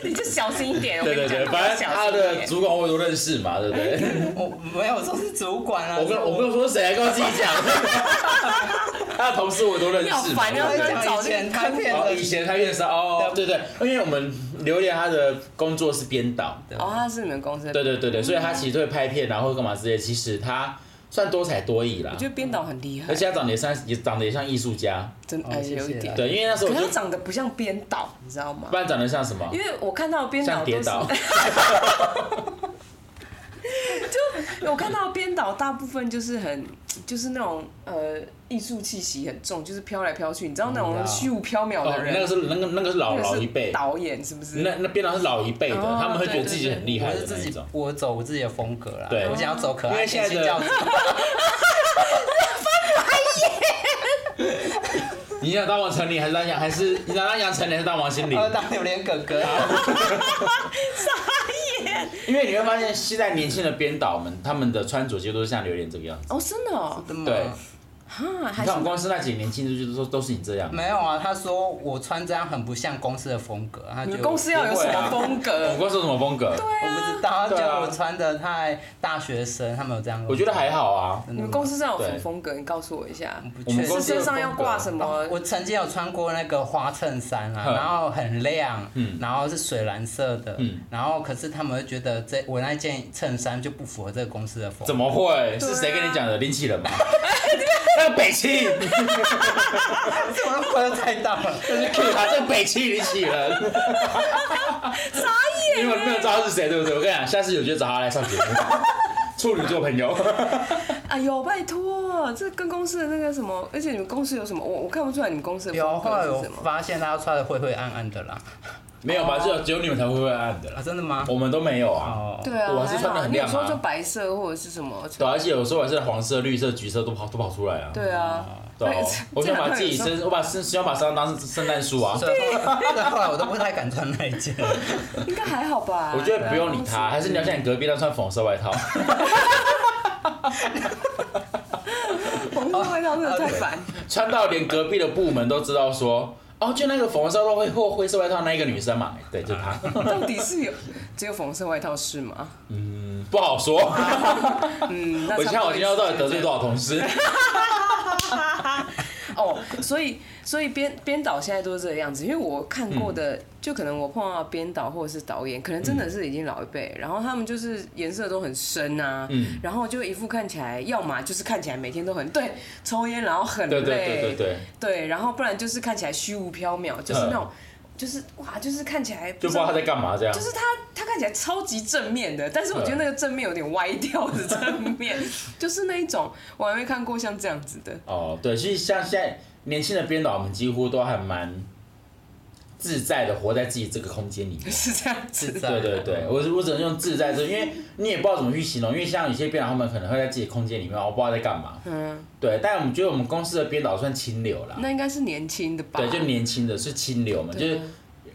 A: 你就小心一点，我
B: 对
A: 跟你
B: 对
A: 讲，
B: 对，
A: 你
B: 反
A: 要
B: 正
A: 小
B: 他
A: 心一
B: 的
A: 点。
B: 主管我都认识嘛，对不 对？
C: 我没有，说是主管啊。
B: 我没有我没有说谁，跟我自己 讲。他的同事我都认
A: 你好
B: 识嘛。
A: 烦
B: 对不
A: 哦
B: 对
C: 讲以前他骗
B: 哦，
C: 了
B: 以前他认识哦，对对，因为我们榴莲他的工作是编导，
A: 哦，他是你们公司的，
B: 对对对对，所以他其实会拍片，然后干嘛之类，其实他算多才多艺啦
A: 我，觉得编导很厉害
B: 而，且他长得也像也长得也像艺术家，
A: 真哎
C: 哦谢谢
A: 有一点
C: 啊，
B: 对，因为那时
A: 可
B: 候
A: 是
B: 我就
A: 他长得不像编导，你知道吗
B: 不？然长得像什么
A: 因？为我看到编导
B: 像
A: 都
B: 跌
A: 是，
B: 倒，
A: 我看到编导大部分就是很，就是那种呃艺术气息很重，就是飘来飘去，你知道那
C: 我
A: 种
C: 知道
A: 虚无缥缈
B: 哦
A: 的，人，
B: 那个是那个那个是老
A: 那个
B: 老
A: 是
B: 一辈，
A: 导演是不是？
B: 那那边导是老一辈的，
A: 哦
B: 他们会觉得自己很厉害
C: 我
B: 的
C: 是
B: 那
C: 自
B: 一
C: 己
B: 种。，
C: 我走我自己的风格啦。
B: 对
C: 我想要走可
B: 因
C: 爱
B: 为现
C: 型
B: 在
C: 性
B: 的
C: 教子。
B: 你想当王成林还是当杨还是 你想当杨丞琳还是当王心凌？
C: 呃， 当榴莲哥哥，
B: 因为你会发现现在年轻的编导们，他们的穿着其实都是像榴莲这个样子。
A: 哦，真的、哦，
C: 真 的吗
B: 对，
A: 哈，还
B: 你看
A: 是
B: 我们公司那几年庆祝就是说都是你这样，
C: 没有啊，他说我穿这样很不像公司的风格，他
A: 你
C: 觉
A: 们
C: 得
A: 公司要有什
B: 啊
A: 么风
B: 我们
A: 格？
B: 公司有什么风格？
C: 我不知道，他觉
B: 对啊
C: 得我穿的太大学生，他没有这样。
B: 我觉得还，好啊。
A: 你们公司上有什么
B: 对
A: 风格？你告诉我一下。
C: 不
B: 我们
C: 确
B: 公
A: 是
B: 司
C: 实。
A: 身上
B: 啊
A: 要挂什么？
B: 哦
C: 我曾经有穿过那个花衬衫啊，
B: 哼
C: 然后很亮，
B: 嗯
C: 然后是水蓝色的，
B: 嗯
C: 然后可是他们会觉得这我那件衬衫就不符合这个公司的风格
B: 怎。么会？
A: 对啊
B: 是谁跟你讲的？林启人吗？ 那个北汽，
C: 怎么我又猜 到了？
B: 就是 Q 他，啊这北汽林启人。
A: 傻
B: 你
A: 眼
B: 们没有
A: 耶！
B: 知道是谁，对不对？我跟你讲，下次有就找他来上 节目，处女座朋友。
A: 哎呦，拜托，这跟公司的那个什么，而且你们公司有什么？我我看不出来你们公司的
C: 有
A: 风
C: 后
B: 啊
C: 来
A: 格
C: 我
A: 是什么。
C: 发现他穿的灰灰暗暗的啦。
B: 没有吧？只有只有你们才会会暗的
C: 啊，
B: 啦，
C: 真的吗？
B: 我们都没有啊。
C: 哦，
A: 对啊，
B: 我还是穿得很
A: 你有
B: 亮啊
A: 时候就白色或者是什么。
B: 对啊，而且有时候还是黄色、绿色、橘色都跑都跑出来啊。
A: 对啊，
B: 对啊，我
A: 这
B: 想把
A: 两个
B: 自己
A: 有时候
B: 身，我把身，想把身上当圣诞树啊。
C: 所以所以后来我都不太敢穿那一件。
A: 应该还好吧？啊
B: 我觉得不用理他，还是你要像你隔壁那穿粉红色外套。
A: 红色外套真的太烦。
B: 穿到连隔壁的部门都知道说，哦，就那个粉红色外套或灰色外套那一个女生嘛，对，就她，
A: 到底是有只 有粉红色外套是吗？
B: 嗯不好说。
A: 嗯，那
B: 我
A: 差
B: 想
A: 不多
B: 我今天到底得罪多少同事？
A: 哦，所以所以编编导现在都是这个样子，因为我看过的，就可能我碰到编导或者是导演，可能真的是已经老一辈，然后他们就是颜色都很深啊，
B: 嗯
A: 然后就一副看起来，要么就是看起来每天都很对，抽烟然后很累，
B: 对对对对对，
A: 对然后不然就是看起来虚无缥缈，就是那种、就是哇，就是看起来
B: 嗯就不
A: 知
B: 知
A: 道
B: 道她在干嘛这样
A: 就。是他，他看起来超级正面的，但是我觉得那个正面有点歪掉的正面，
B: 嗯
A: 就是那一种我还没看过像这样子的。
B: 哦，对，其实像现在年轻的编导们几乎都还蛮自在的活在自己这个空间里面。
A: 是这样子 的，
C: 自
B: 对
C: 在
B: 对对，我我只能用自在这，因为你也不知道怎么去形容，因为像有些编导他们可能会在自己空间里面，我不知道在干嘛。
A: 嗯，
B: 对，但我们觉得我们公司的编导算清流啦，
A: 那应该是年轻的吧？
B: 对，就年轻的是清流嘛，就是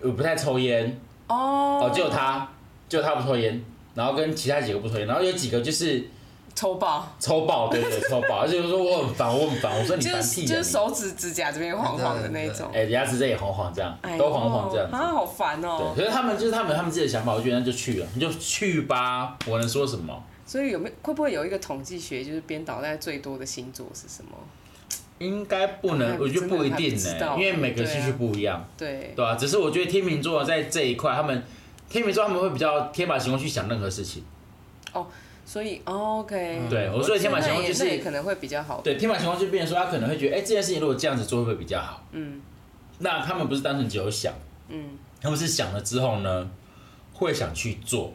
B: 呃不太抽烟，
A: 哦
B: 哦，，只有他，只有他不抽烟，然后跟其他几个不抽烟，然后有几个就是
A: 抽爆，
B: 抽 爆，对对，抽爆，而且就说我很烦，我很烦，我说你
A: 就
B: 烦
A: 是
B: 屁
A: 就
B: 呀
A: 是手指指甲这边晃晃的那一种
B: 你，哎，牙齿这也黄黄这样
A: 哎，呦
B: 都黄黄这样子，
A: 啊，好烦哦
B: 对，。可是他们就是他们他们自己的想法，我觉得那就去了，你就去吧，我能说什么？
A: 所以有没有会不会有一个统计学，就是编导在最多的星座是什么？
B: 应该不能，
A: 还
B: 我觉得不一定
A: 哎真的还不知
B: 呢
A: 道，
B: 因为每个兴
A: 对
B: 趣
A: 啊
B: 不一样，
A: 对，
B: 对吧、啊只是我觉得天秤座在这一块，他们天秤座他们会比较天马行空去想任何事情。
A: 所以哦 OK，
B: 对，我说的天马行
A: 那
B: 空
A: 也
B: 就
A: 那也
B: 是
A: 可能会比较好。
B: 对天马行空，就变成说他可能会觉得，哎、这件事情如果这样子做会不会比较好？
A: 嗯
B: 那他们不是单纯只有想，
A: 嗯，
B: 他们是想了之后呢，会想去做。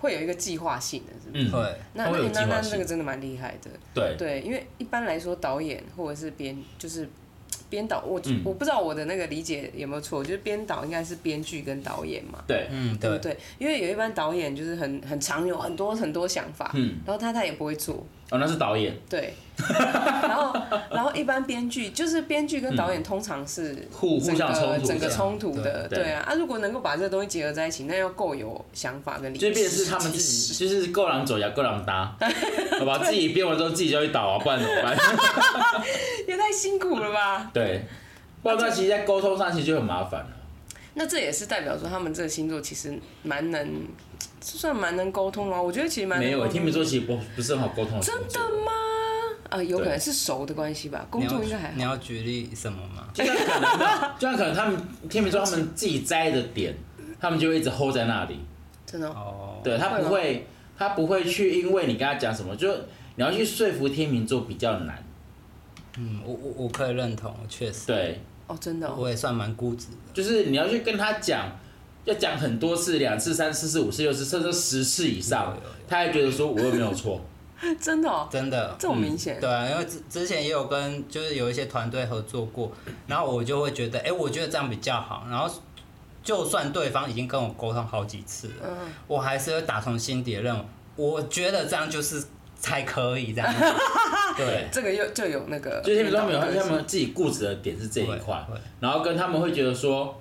A: 会有一个计划性的，是不是？
B: 嗯，
C: 对，
A: 那
B: 他会有
A: 那那
B: 计划
A: 那
B: 性
A: 那个真的蛮厉害的。
B: 对，
A: 对，因为一般来说，导演或者是编就是编导，我、
B: 嗯
A: 我不知道我的那个理解有没有错，我觉得编导应该是编剧跟导演嘛，
B: 对，
C: 嗯，
A: 对不
C: 对，
A: 对？因为有一般导演就是很很常有很多很多想法，
B: 嗯，
A: 然后他他也不会做，
B: 哦，那是导演
A: 对，然后然后一般编剧就是编剧跟导演通常是
B: 嗯互
A: 整
B: 互
A: 个
B: 相冲突
A: 整个
B: 的，
A: 冲突的，
B: 对
A: 对啊，啊如果能够把这个东西结合在一起，那要够有想法跟理
B: 就
A: 解，
B: 变成是他们自己，就是够狼走呀，够狼搭，好吧，自己编完之后自己就去导啊，不然怎么办？
A: 也太辛苦了吧？
B: 对，不然其实在沟通上其实就很麻烦了。
A: 那这也是代表说他们这个星座其实蛮能，是算蛮能沟通吗？啊我觉得其实蛮能
B: 没有，
A: 沟通
B: 天秤座其实不不是很好沟通的星
A: 真
B: 座，
A: 的吗？啊，有可能
B: 对
A: 是熟的关系吧，
C: 你
A: 工
C: 要
A: 作应该还
C: 你
A: 好。
C: 要举例什么吗？
B: 就像可能吧，就像可能他们天秤座他们自己栽的点，他们就会一直 hold 在那里。
A: 真的哦，
C: 哦，
B: 对他不会，他不会去，因为你跟他讲什么，就你要去说服天秤座比较难。
C: 嗯，我我我可以认同，确实，
B: 对，
A: 哦，真的哦，
C: 我也算蛮固执的。
B: 就是你要去跟他讲，要讲很多次，两次、三次、四、五次、六次，甚至十次以上
C: 有有有，
B: 他还觉得说我又没有错。
A: 真的哦，
C: 真的，
A: 这么明显。
C: 对啊，因为之之前也有跟就是有一些团队合作过，然后我就会觉得，哎、我觉得这样比较好。然后就算对方已经跟我沟通好几次了，
A: 嗯，
C: 我还是会打从心底的认为，我觉得这样就是才可以这样。
B: 对，
A: 这个又就有那个，
B: 就是天秤座没有，
A: 领导的
B: 他
A: 个性
B: 们自己固执的点是这一块
C: 对对，
B: 然后跟他们会觉得说。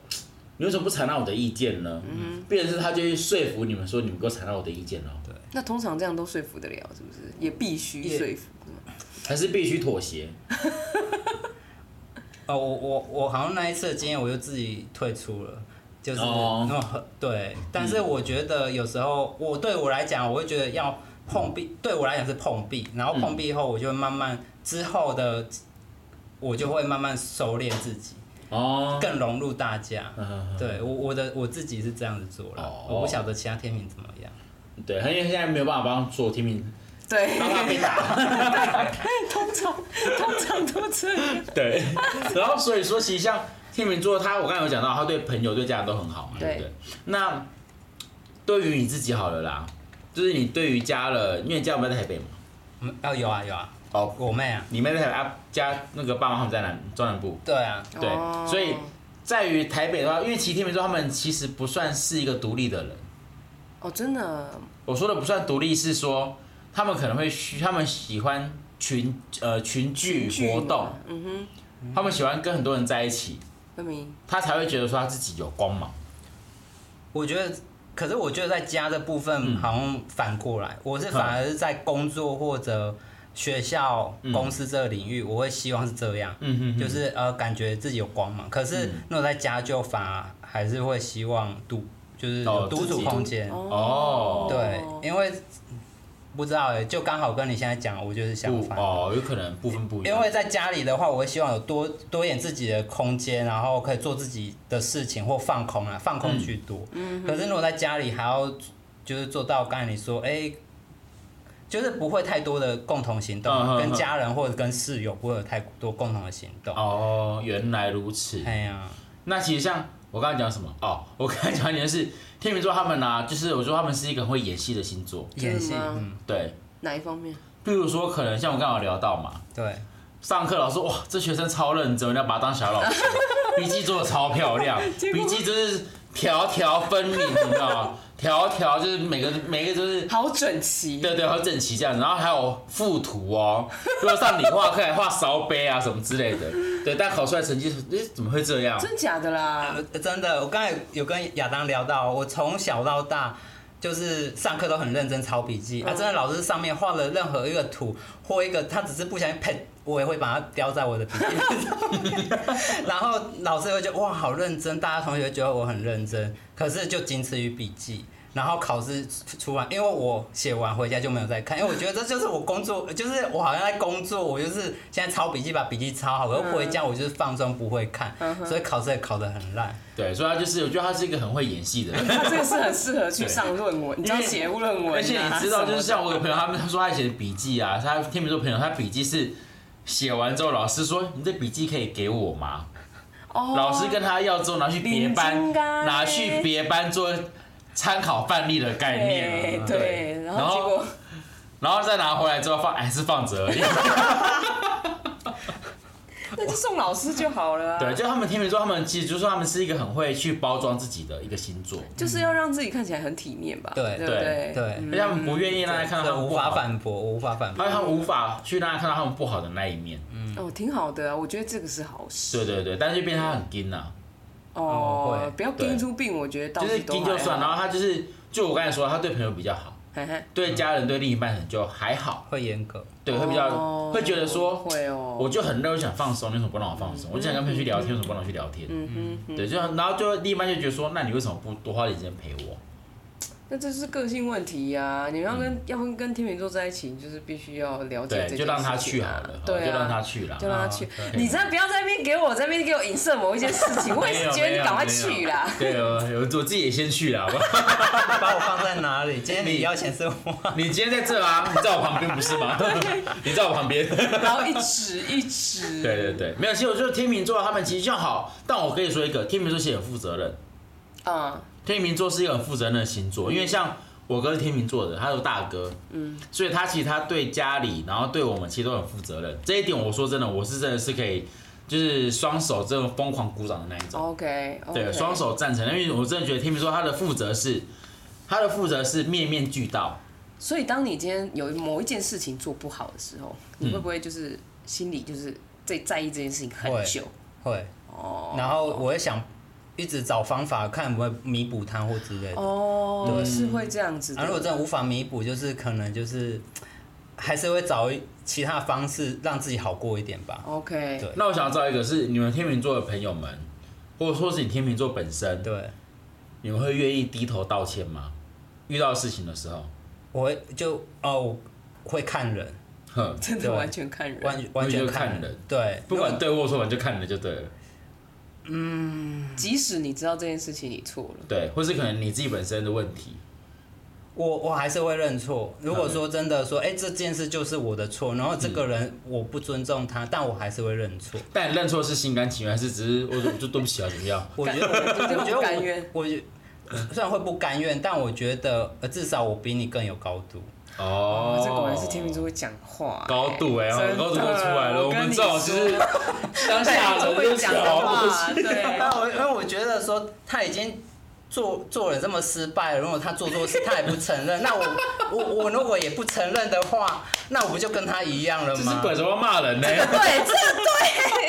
B: 你为什么不采纳我的意见呢？变成是他就会说服你们说你们给我采纳我的意见哦。
C: 对，
A: 那通常这样都说服得了，是不是？也必须
C: 也
A: 说服。
B: 还是必须妥协？
C: 哦，我我我好像那一次的经验，我就自己退出了，就是
B: 哦
C: 那种很对。但是我觉得有时候我对我来讲，我会觉得要碰壁，对我来讲是碰壁，然后
B: 嗯
C: 碰壁后，我就会慢慢之后的，我就会慢慢收敛自己，
B: 哦，
C: 更融入大家。
B: 嗯，
C: 对我我的我自己是这样子做了
B: 哦，
C: 我不晓得其他天平怎么样。
B: 嗯对，他因为现在没有办法帮做天平，
A: 对，
B: 帮他被打。
A: 通常通常都这样。
B: 对，然后所以说，其实像天秤座，他我刚才有讲到，他对朋友、对家人都很好嘛，对不对
A: 对？
B: 那对于你自己好了啦，就是你对于家人，因为你家人不在台北嘛，
C: 嗯，啊有啊有啊，
B: 哦，
C: 我妹啊，
B: 你妹在台北，啊家那个爸妈他们在南中南部，
C: 对啊，
B: 对
A: 哦
B: 所以在于台北的话，因为其实天秤座他们其实不算是一个独立的人。
A: 哦，真的
B: 我说的不算独立，是说他们可能会需，他们喜欢群呃群聚
A: 剧
B: 活动
A: 嘛，嗯哼，
B: 他们喜欢跟很多人在一起，
A: 文明
B: 他才会觉得说他自己有光芒。
C: 我觉得，可是我觉得在家的部分
B: 嗯
C: 好像反过来，我是反而是在工作或者学校、公司这个领域，我会希望是这样，
B: 嗯哼
C: 就是呃感觉自己有光芒。可是
B: 嗯
C: 那我在家就反而还是会希望独，就是
B: 哦
C: 有独
B: 自
C: 处
B: 己
C: 空间。
B: 哦
C: 对，因为不知道哎、就刚好跟你现在讲，我就是相
B: 不
C: 反。
B: 哦，有可能部分不一
C: 因
B: 样。
C: 为在家里的话，我会希望有多多一点自己的空间，然后可以做自己的事情或放空啊，放空居多。
B: 嗯
C: 可是如果在家里还要就是做到刚才你说，哎、就是不会太多的共同行动，
B: 嗯嗯嗯
C: 跟家人或者跟室友不会有太多共同的行动。
B: 哦，原来如此。
C: 哎呀、
B: 那其实像我刚才讲什么？哦，我刚才讲的是天秤座他们啊，就是我说他们是一个很会演戏的星座。
C: 演戏，
A: 真的吗
C: 嗯，
B: 对，
A: 哪一方面？
B: 譬如说可能像我刚刚有聊到嘛，
C: 对，
B: 上课老师哇，这学生超认真，我一定要把他当小老师， 笔记做的超漂亮，
A: 结果
B: 笔记就是条条分明，你知道吗？条条就是每个每个就是。
A: 好整齐，
B: 对对，好整齐这样子，然后还有附图哦。 如果上理化课还画烧杯啊什么之类的，对，但考出来成绩，诶，怎么会这样？
A: 真假的啦？
C: 呃真的，我刚才有跟亚当聊到，我从小到大就是上课都很认真抄笔记、啊，真的老师上面画了任何一个图或一个，他只是不小心喷，我也会把它标在我的笔记上面， 然后老师会觉得哇好认真，大家同学觉得我很认真，可是就仅此于笔记。然后考试出出完，因为我写完回家就没有再看，因为我觉得这就是我工作，就是我好像在工作，我就是现在抄笔记把笔记抄好，可是回家我就是放松不会看，所以考试也考得很烂。
B: 对，所以他就是，我觉得他是一个很会演戏的人。
A: 他这个是很适合去上论文，你知道写论文啊，
B: 而且你知道，就是
A: 什么
B: 像我有朋友，他们他说他写的笔记啊，他天秤座朋友，他笔记是写完之后，老师说你这笔记可以给我吗？
A: 的哦
B: 老师跟他要之后拿去别班
A: 领，巾啊
B: 拿去别班做参考范例的概念
A: 对，对，然后结果
B: 啊然后再拿回来之后放，还是放着而已。
A: 那就送老师就好了啊，
B: 对，就他们天秤座，他们其实就是说他们是一个很会去包装自己的一个星座，
A: 就是要让自己看起来很体面吧，
C: 对
A: 对不对？
C: 对
B: 而且他们不愿意让大家看到
C: 这
B: 他们
C: 无
B: 不
C: 法
B: 好，
C: 反驳，我无法反
B: 因
C: 驳
B: 为。他们无法去让大家看到他们不好的那一面。
A: 哦，挺好的啊，我觉得这个是好事
B: 对对对，但是就变成他很硬啊，
C: 哦会
A: 哦，不要盯出病，我觉得到
B: 就是硬就算，然后他就是就我刚才说，他对朋友比较好，
A: 后
B: 对家人、对另一半可能就还好，
C: 会严格，
B: 对，会比较会觉得说
A: 哦
B: 嗯
A: 会哦，
B: 我就很累，我想放松，你为什么不让我放松？我就想跟朋友去聊天，为什么不让我去聊天？
A: 嗯哼，
B: 对，就然后就另一半就觉得说，那你为什么不多花点时间陪我？
A: 那这是个性问题呀、你要跟、要跟跟天秤座在一起，你就是必须要了解这
B: 嗯对，
A: 件
B: 就让他去
A: 事情
B: 好
A: 啊
B: 了，
A: 对啊，
B: 就让他去啦。
A: 就让他去
C: 啊。对
A: 你真的不要在那边给我在那边给我影射某一件事 情，我也是觉得你赶快去啦。
B: 对，哦我我自己也先去了，好不好？
C: 把我放在哪里？今天你要显示我，
B: 你今天在这啊，你在我旁边不是吗？ 你在我旁边。
A: 然后一直一直，
B: 对对对，没有，其实我觉得天秤座他们其实就好，但我可以说一个，天秤座其实很负责任，
A: 嗯，
B: 天秤座是一个很负责任的星座，因为像我哥是天秤座的，他是大哥，嗯，所以他其实他对家里，然后对我们其实都很负责任。这一点我说真的，我是真的是可以，就是双手这种疯狂鼓掌的那一种，
A: OK，
B: 对，双，手赞成。因为我真的觉得天秤座他的负责是，他的负责是面面俱到，
A: 所以当你今天有某一件事情做不好的时候，你会不会就是心里就是在在意这件事情很久？
C: 会，
A: 哦，
C: 然后我会想一直找方法看不会弥补它或之类的。
A: 哦，是会这样子
C: 啊，如果
A: 的。
C: 真的无法弥补，就是可能就是还是会找一其他方式让自己好过一点吧。
A: OK，
C: 对
B: 那我想要知道一个是你们天秤座的朋友们，或者说是你天秤座本身，
C: 对，
B: 你们会愿意低头道歉吗？遇到事情的时候，
C: 我会就哦我会看人，
B: 哼，
A: 真的
C: 对
A: 完全看人。
C: 完完全
B: 就看
C: 看
B: 人，
C: 对，
B: 不管对或错，你就看了就对了，
A: 即使你知道这件事情你错了，
B: 对，或是可能你自己本身的问题，
C: 我我还是会认错。如果说真的说，哎、这件事就是我的错，然后这个人我不尊重他，但我还是会认错。
B: 但你认错是心甘情愿，还是只是我就我就对不起啊，怎么 样？
C: 我觉得我，我觉得
A: 不甘愿
C: 我，我觉虽然会不甘愿，但我觉得呃至少我比你更有高度。
B: 哦
A: 哇，这果然是天秤座会讲话、
B: 高度哎、
A: 真的
B: 高度都出来了，我们
A: 跟你
B: 这种就是
A: 说
B: 乡下人
A: 会
B: 就
A: 讲
B: 小
A: 的
B: 东
A: 话，
B: 西。
A: 对。
C: 那我因为我觉得说他已经做做人这么失败了，如果他做错事他也不承 认，那我我我如果也不承认的话，那我不就跟他一样了
B: 这是
C: 吗？
B: 鬼才会骂人呢、
A: 对，这个
B: 他都已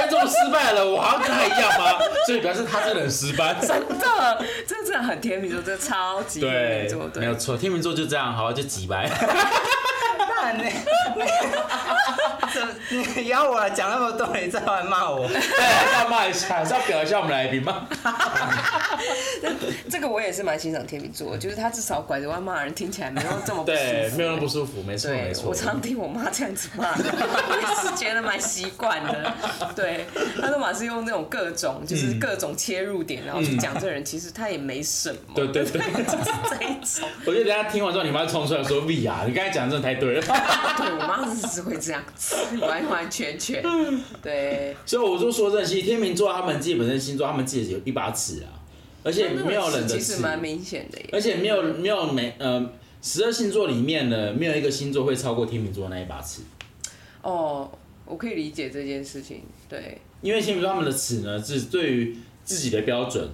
B: 经这么失败了，我还要跟他一样吗？所以表示他真的很失败。
A: 真的，这个真的很甜品座，这个超级甜
B: 对
A: 品座，，
B: 没
A: 对
B: 有。错，天秤座就这样，好就几白。
C: 那你你 你你要我来讲那么多，你再来骂我，
B: 哎要骂一下，还是要表一下我们来宾吗？
A: 这个我也是蛮欣赏天秤座，就是他至少拐着弯骂人，听起来没有这么不舒
B: 对，
A: 服。
B: 没有那么不舒服，没错没
A: 对，
B: 错。
A: 我常听我妈这样子 骂，我也是觉得蛮习惯的。对，她都马是用那种各种，就是
B: 嗯
A: 各种切入点，然后去讲这个人，其实他也没什么。
B: 对对对，
A: 就是这一种。
B: 我觉得等一下听完之后，你妈冲出来说 V 啊，你刚才讲的真的太对了。
A: 对我妈是会这样子，完完 全全。对，
B: 所以我就说这些天秤座他们自己本身星座，他们自己有一把尺啊，而且没有人的
A: 其实
B: 尺，
A: 蛮明显的耶。
B: 而且没有没有每呃十二星座里面呢，没有一个星座会超过天秤座那一把尺，
A: 哦，我可以理解这件事情。对，
B: 因为天秤座他们的尺呢是对于自己的标准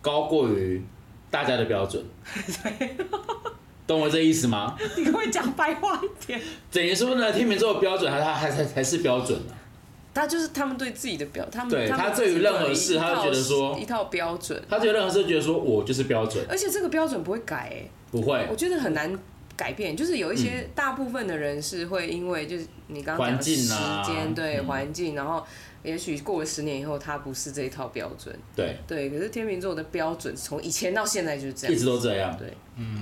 B: 高过于大家的标 准，懂我这意思吗？
A: 你可不可以讲白话一点？
B: 等于说呢，天秤座的标准还还还还还是标准啊。
A: 他就是他们对自己的标，他们
B: 对
A: 他
B: 他
A: 们
B: 对于
A: 自己
B: 任
A: 的
B: 何事
A: 一
B: 他就
A: 套
B: 觉得说
A: 一套标准，
B: 他觉得任何事觉得说我就是标准，
A: 而且这个标准不会改耶。
B: 不会
A: 我觉得很难改变，就是有一
B: 嗯
A: 些大部分的人是会因为就是你刚刚讲
B: 环
A: 的
B: 境
A: 时
B: 啊
A: 间对
B: 嗯
A: 环境，然后也许过了十年以后，他不是这一套标准，
B: 对，
A: 对。可是天秤座的标准从以前到现在就是这
B: 一
A: 样
B: 直，都这样。
A: 对，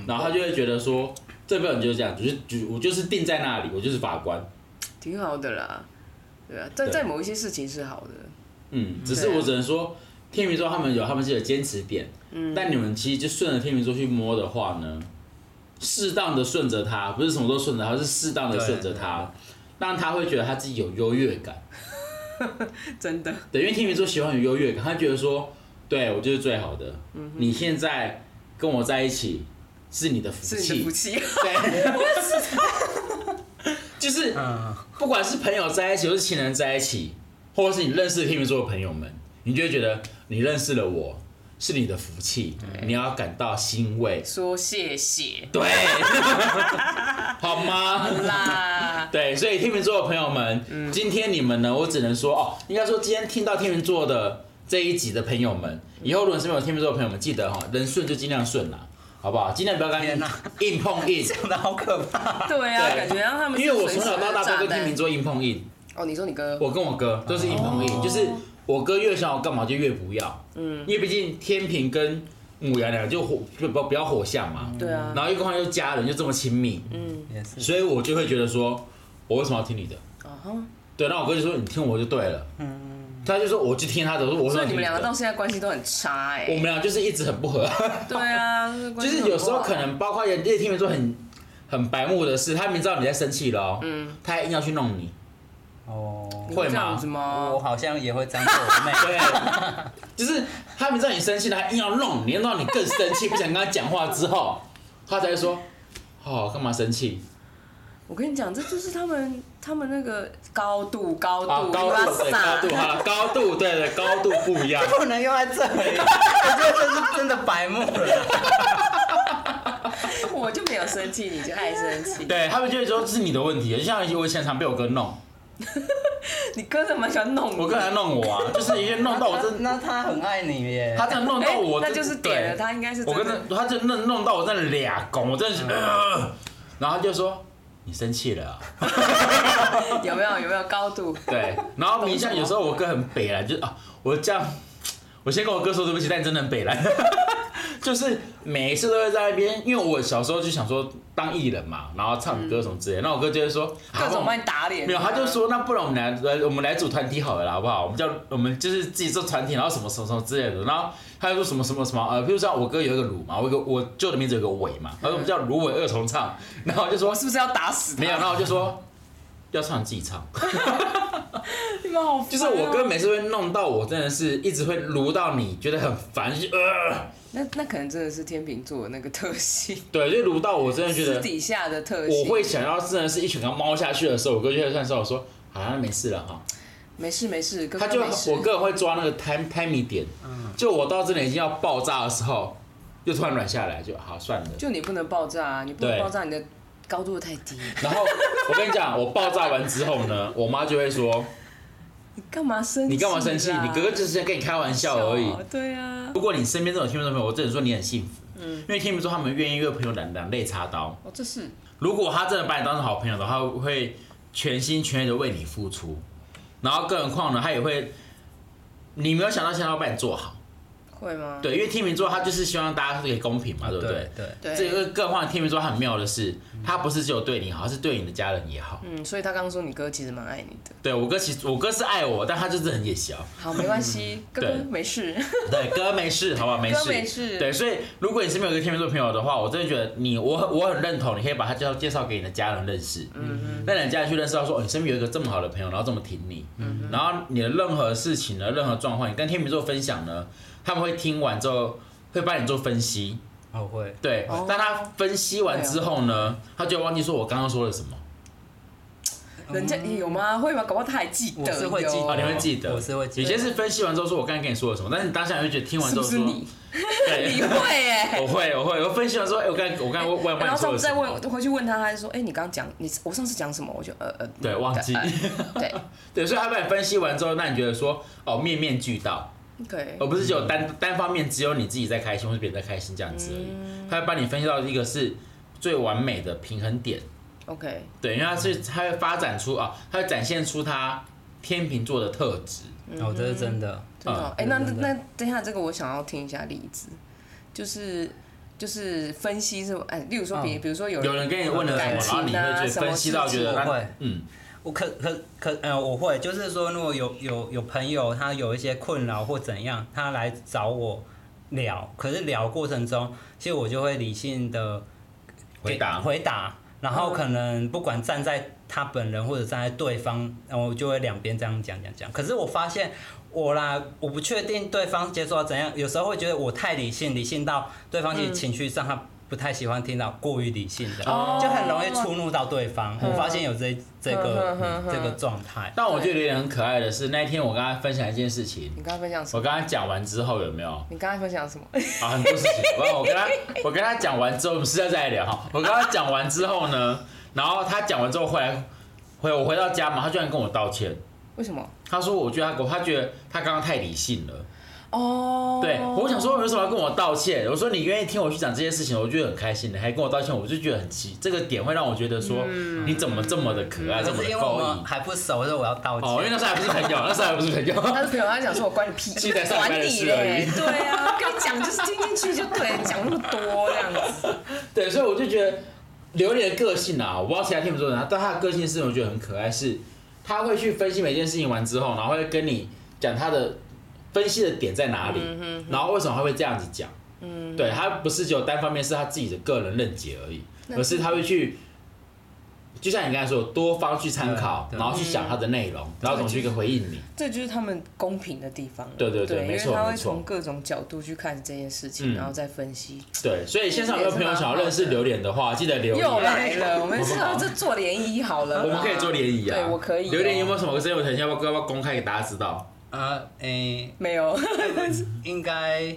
B: 然后他就会觉得说，这标准就是这样，就是就我就是定在那里，我就是法官。
A: 挺好的啦，对啊，在
B: 对
A: 在某一些事情是好的，
B: 嗯，只是我只能说，天秤座他们有他们自己的坚持点，嗯，但你们其实就顺着天秤座去摸的话呢，适当的顺着他，不是什么都顺着他，是适当的顺着他，让他会觉得他自己有优越感。
A: 真的。
B: 对，因为天秤座喜欢有优越感，他觉得说，对我就是最好的，你现在跟我在一起是你的福
A: 是你的
B: 气
A: 福，气，
B: 对， 就是
C: 嗯，
B: 不管是朋友在一起，或是情人在一起，或者是你认识的天秤座的朋友们，你就会觉得你认识了我是你的福气，你要感到欣 慰，
A: 说谢谢
B: 对， 好吗？
A: 啦。嗯
B: 对，所以天秤座的朋友们，今天你们呢，我只能说哦，应该说今天听到天秤座的这一集的朋友们，
A: 嗯
B: 以后如果身边有天秤座的朋友们，记得哈、人顺就尽量顺啦，好不好？尽量不要跟
C: 天
B: 他
C: 哪
B: 硬碰硬，
C: 讲的好可怕。
A: 对啊，
B: 对
A: 感觉让他们
B: 因为我从小到大都
A: 都
B: 跟天秤座硬碰硬。
A: 哦，你说你哥
B: 我跟我哥都是硬碰
A: 哦
B: 硬，就是我哥越想我干嘛就越不要，嗯，因为毕竟天平跟母羊两个就火就不比较火象嘛，
A: 对啊嗯
B: 然后又刚好又家人就这么亲密，
C: 也是，
B: 所以我就会觉得说，我为什么要听你的？
A: 啊哈，
B: 对，那我哥就说你听我就对了，嗯，他就说我就听他的，我说我为什么要
A: 所以你
B: 听
A: 们两个到
B: 的？
A: 现在关系都很差哎、
B: 我们俩就是一直很不 合，
A: 对啊，就
B: 就是有时候
A: 啊
B: 可能包括人家天秤座很很白目的是，他明知道你在生气了哦，嗯，他还硬要去弄你，
C: 哦，
B: 会吗
A: 这样子吗
C: 我？好像也会这样做我妹。
B: 对，就是他明知道你生气了，还硬要弄你，弄到你更生气，不想跟他讲话之后，他才会说：“哦，干嘛生气
A: 我跟你讲，这就是他们他们那个高度高？”
B: 啊，
A: 度
B: 高
A: 拉
B: 度对高度好了，高度对对高度不一样。
C: 不能用在这里，我觉得这是真的白目了。
A: 我就没有生气，你就爱生气。
B: 啊对他们就会说这是你的问题，就像我以前常被我哥弄，
A: 你哥真的蛮喜欢弄
B: 我
A: 的，
B: 跟他弄我啊，就是一个弄 到我真，
C: 那他很爱你耶，
B: 他真的弄到我
A: 哎
B: 真，
A: 那就是点了
B: 对
A: 他应该是
B: 我跟
A: 真
B: 他，他真的弄到我真的俩拱，我真
A: 嗯
B: 的是，呃然后他就说你生气了啊，
A: 有没有有没有高度？
B: 对，然后你像有时候我哥很北蓝，就是啊，我这样，我先跟我哥说对不起，但真的很北蓝， 就是每一次都会在那边，因为我小时候就想说当艺人嘛，然后唱歌什么之类的，那我哥就会说
A: 各 种啊
B: 好
A: 帮你打脸。
B: 没有，他就说那不然我们来来我们来组团体好了啦，好不好？我们叫我们就是自己做团体，然后什么什么什么之类的，然后他就说什么什么什么呃，譬如说我哥有一个鲁嘛，我有一个我舅的名字有个伟嘛，他说我们叫鲁伟二重唱， 然后我就说
A: 我 是不是要打死他？
B: 没有，然后我就说要唱你自己唱，
A: 你们好烦哦，
B: 就是我哥每次会弄到我，真的是一直会撸到你，觉得很烦，就是呃，
A: 那那可能真的是天秤座的那个特性，
B: 对，就撸到我真的 觉
A: 私
B: 得
A: 底下的特性。
B: 我会想要真的是一拳给他猫下去的时候，我哥就会算说我说好了，那没事了哈。
A: 没事没事，哥哥
B: 他就
A: 没事嗯
B: 我个人会抓那个 time timing 点，就我到真的已经要爆炸的时候，又突然软下来，就好算了。
A: 就你不能爆炸啊，你不能
B: 对
A: 爆炸，你的高度太低，
B: 然后我跟你讲，我爆炸完之后呢，我妈就会说
A: 你干嘛生气啦？：“啊
B: 你干嘛生气？你哥哥就是在跟你开玩笑而已。
A: 笑啊对啊”，
B: 如果你身边这种天秤座朋友，我只能说你很幸福，
A: 嗯
B: 因为天秤座他们愿意为朋友两两肋插刀。
A: 哦，这是
B: 如果他真的把你当成好朋友的话，他会全心全意的为你付出，然后更何况呢，他也会，你没有想到，想要把你做好。
A: 会吗？
B: 对，因为天秤座他就是希望大家都可以公平嘛，对不对？
C: 对，
A: 对
B: 这个更何况天秤座他很妙的是，他不是只有对你好，是对你的家人也好。
A: 嗯，所以他刚刚说你哥其实蛮爱你的，
B: 对我哥其实我哥是爱我，但他就是很野小。
A: 好，没关系，哥
B: 嗯对
A: 哥 没事，
B: 对，哥没事，好吧，没事，
A: 哥没事
B: 对，所以如果你身边有一个天秤座朋友的话，我真的觉得你，我很我很认同，你可以把他介绍介绍给你的家人认识，嗯让你的家人去认识到说，哦，你身边有一个这么好的朋友，然后这么挺你，嗯然后你的任何事情呢，任何状况，你跟天秤座分享呢，他们会听完之后会帮你做分析，
C: 我会，
B: 对，
A: 哦
B: 但他分析完之后呢，他就忘记说我刚刚说了什么。
A: 人家有吗？会吗？搞不好他还记得哟，
C: 我是会记得
B: 啊，你嗯会记得，
C: 哦我是会记
B: 有
C: 得
B: 些是分析完之后说我刚刚跟你说了什么，但是你当下你会觉得听完
A: 是
B: 之
A: 不
B: 后
A: 是
B: 说，
A: 你？ 你
B: 对，
A: 会耶。
B: 我会，我会，我分析完说，哎，我刚我刚刚忘
A: 然
B: 忘
A: 后
B: 你说
A: 上
B: 了
A: 次
B: 什
A: 再问
B: 么，，
A: 回去问他，他就说：“哎、你刚刚讲你我上次讲什么？”我就呃 呃，
B: 对，忘记。
A: 呃对，
B: 对，所以他把你分析完之后，那你觉得说，哦，面面俱到，
A: 对
B: 而，不是只有单单方面只有你自己在开心，或是别人在开心这样子而已。
A: 嗯
B: 他会帮你分析到一个是最完美的平衡点。
A: OK，
B: 对，因为他
A: 嗯
B: 是他会发展出啊，他会展现出他天秤座的特质。
C: 哦，这是真的，
A: 真的哦。哎、
C: 嗯
A: 那
C: 真的
A: 那那等一下，这个我想要听一下例子，就是就是分析是哎，例如说比、
C: 嗯
A: 比如说有人
B: 有人跟你问了什么，
A: 感
B: 然后你会觉
A: 情啊
B: 得分析到觉
A: 什
B: 得
A: 么
C: 事情
B: 他嗯，
C: 我可可可，呃，我会，就是说，如果有有有朋友他有一些困扰或怎样，他来找我聊，可是聊过程中，其实我就会理性的
B: 回答
C: 回答，然后可能不管站在他本人或者站在对方，然后我就会两边这样讲讲讲。可是我发现我啦，我不确定对方接受到怎样，有时候会觉得我太理性，理性到对方其实情绪上他不太喜欢听到过于理性的，
A: 哦
C: 就很容易触怒到对方。我发现有这这个
A: 嗯嗯嗯嗯
C: 这个状态。
B: 但我觉得有点很可爱的是，那一天我跟他分享一件事情，
A: 你刚才分享什
B: 我
A: 么？
B: 跟他讲完之后有没有啊
A: 你刚才分享什么？
B: 很多事情，我我跟他我跟他讲完之后，我们私下再来聊哈。我跟他讲完之后呢，然后他讲完之后回来回我回到家嘛，他居然跟我道歉，
A: 为什么？
B: 他说我觉得他我他觉得他刚刚太理性了。
A: 哦，
B: 对，我想说为什么要跟我道歉？我说你愿意听我去讲这些事情，我觉得很开心的，还跟我道歉，我就觉得很奇，这个点会让我觉得说、你怎么这么的可爱，
C: 可
B: 这么
C: 嗯是因
B: 的
C: 为
B: 高
C: 我
B: 义
C: 们。还不熟，所以我要道
B: 哦，因为那
C: 歉。
B: 时候还不是朋友，那时候还不是朋友。
A: 他的朋友他讲说我关你屁，
B: 记得上
A: 管
B: 班的
A: 你
B: 事而
A: 嘞
B: 已，
A: 对啊，跟你讲就是听进去就对，讲那么多这样子，
B: 对，所以我就觉得琉璃的个性啊，我不知道其他天秤座人啊，但他的个性是我觉得很可爱，是他会去分析每件事情完之后，然后会跟你讲他的分析的点在哪里，然后为什么他会这样子讲。嗯，对他不是只有单方面是他自己的个人认解而已，而是他会去，就像你刚才说，多方去参考，
C: 对对
B: 然后去想它的内容，然后怎么去回应你。
A: 这就是他们公平的地方了。
B: 对对对
A: 因
B: 没
A: 为
B: 错
A: 他会
B: 没错
A: 从各种角度去看这件事
B: 嗯
A: 情，然后再分析。
B: 对，所以线上有没有朋友想要认识榴莲的话，记得留言。
A: 又来了，我们是要这做联谊好了吗，
B: 我们可以做联谊啊，
A: 对我可以哦
B: 榴莲有没有什么真有很要不要要不要公开给大家知道？
C: 呃，诶，
A: 没有，
C: 应该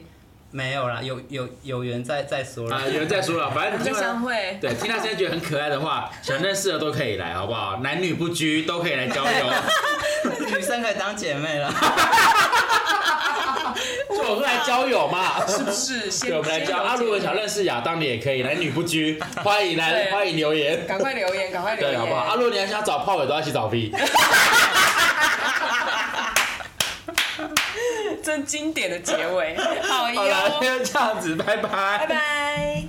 C: 没有啦，有有有缘再再说啦
B: 啊，。有人在说了，反 正
A: 再
B: 听
A: 相
B: 到
A: 会。
B: 对听到现在觉得很可爱的话，想认识的都可以来，好不 好？男女不拘都可以来交流。
C: 女生可以当姐妹了。
B: 就我们来交友嘛，
A: 是不是？先
B: 对，我们来交。啊，如果想，认识亚当的也可以，男女不拘，欢迎来，
A: 对
B: 欢迎留言
A: 先了解，赶快留言，赶快留
B: 对，
A: 言，
B: 好不好？啊，如果你还想找炮友，都要一起找 V。
A: 哎这经典的结尾，好
B: 好啦，
A: 哟，
B: 就这样子，拜拜
A: 拜。拜。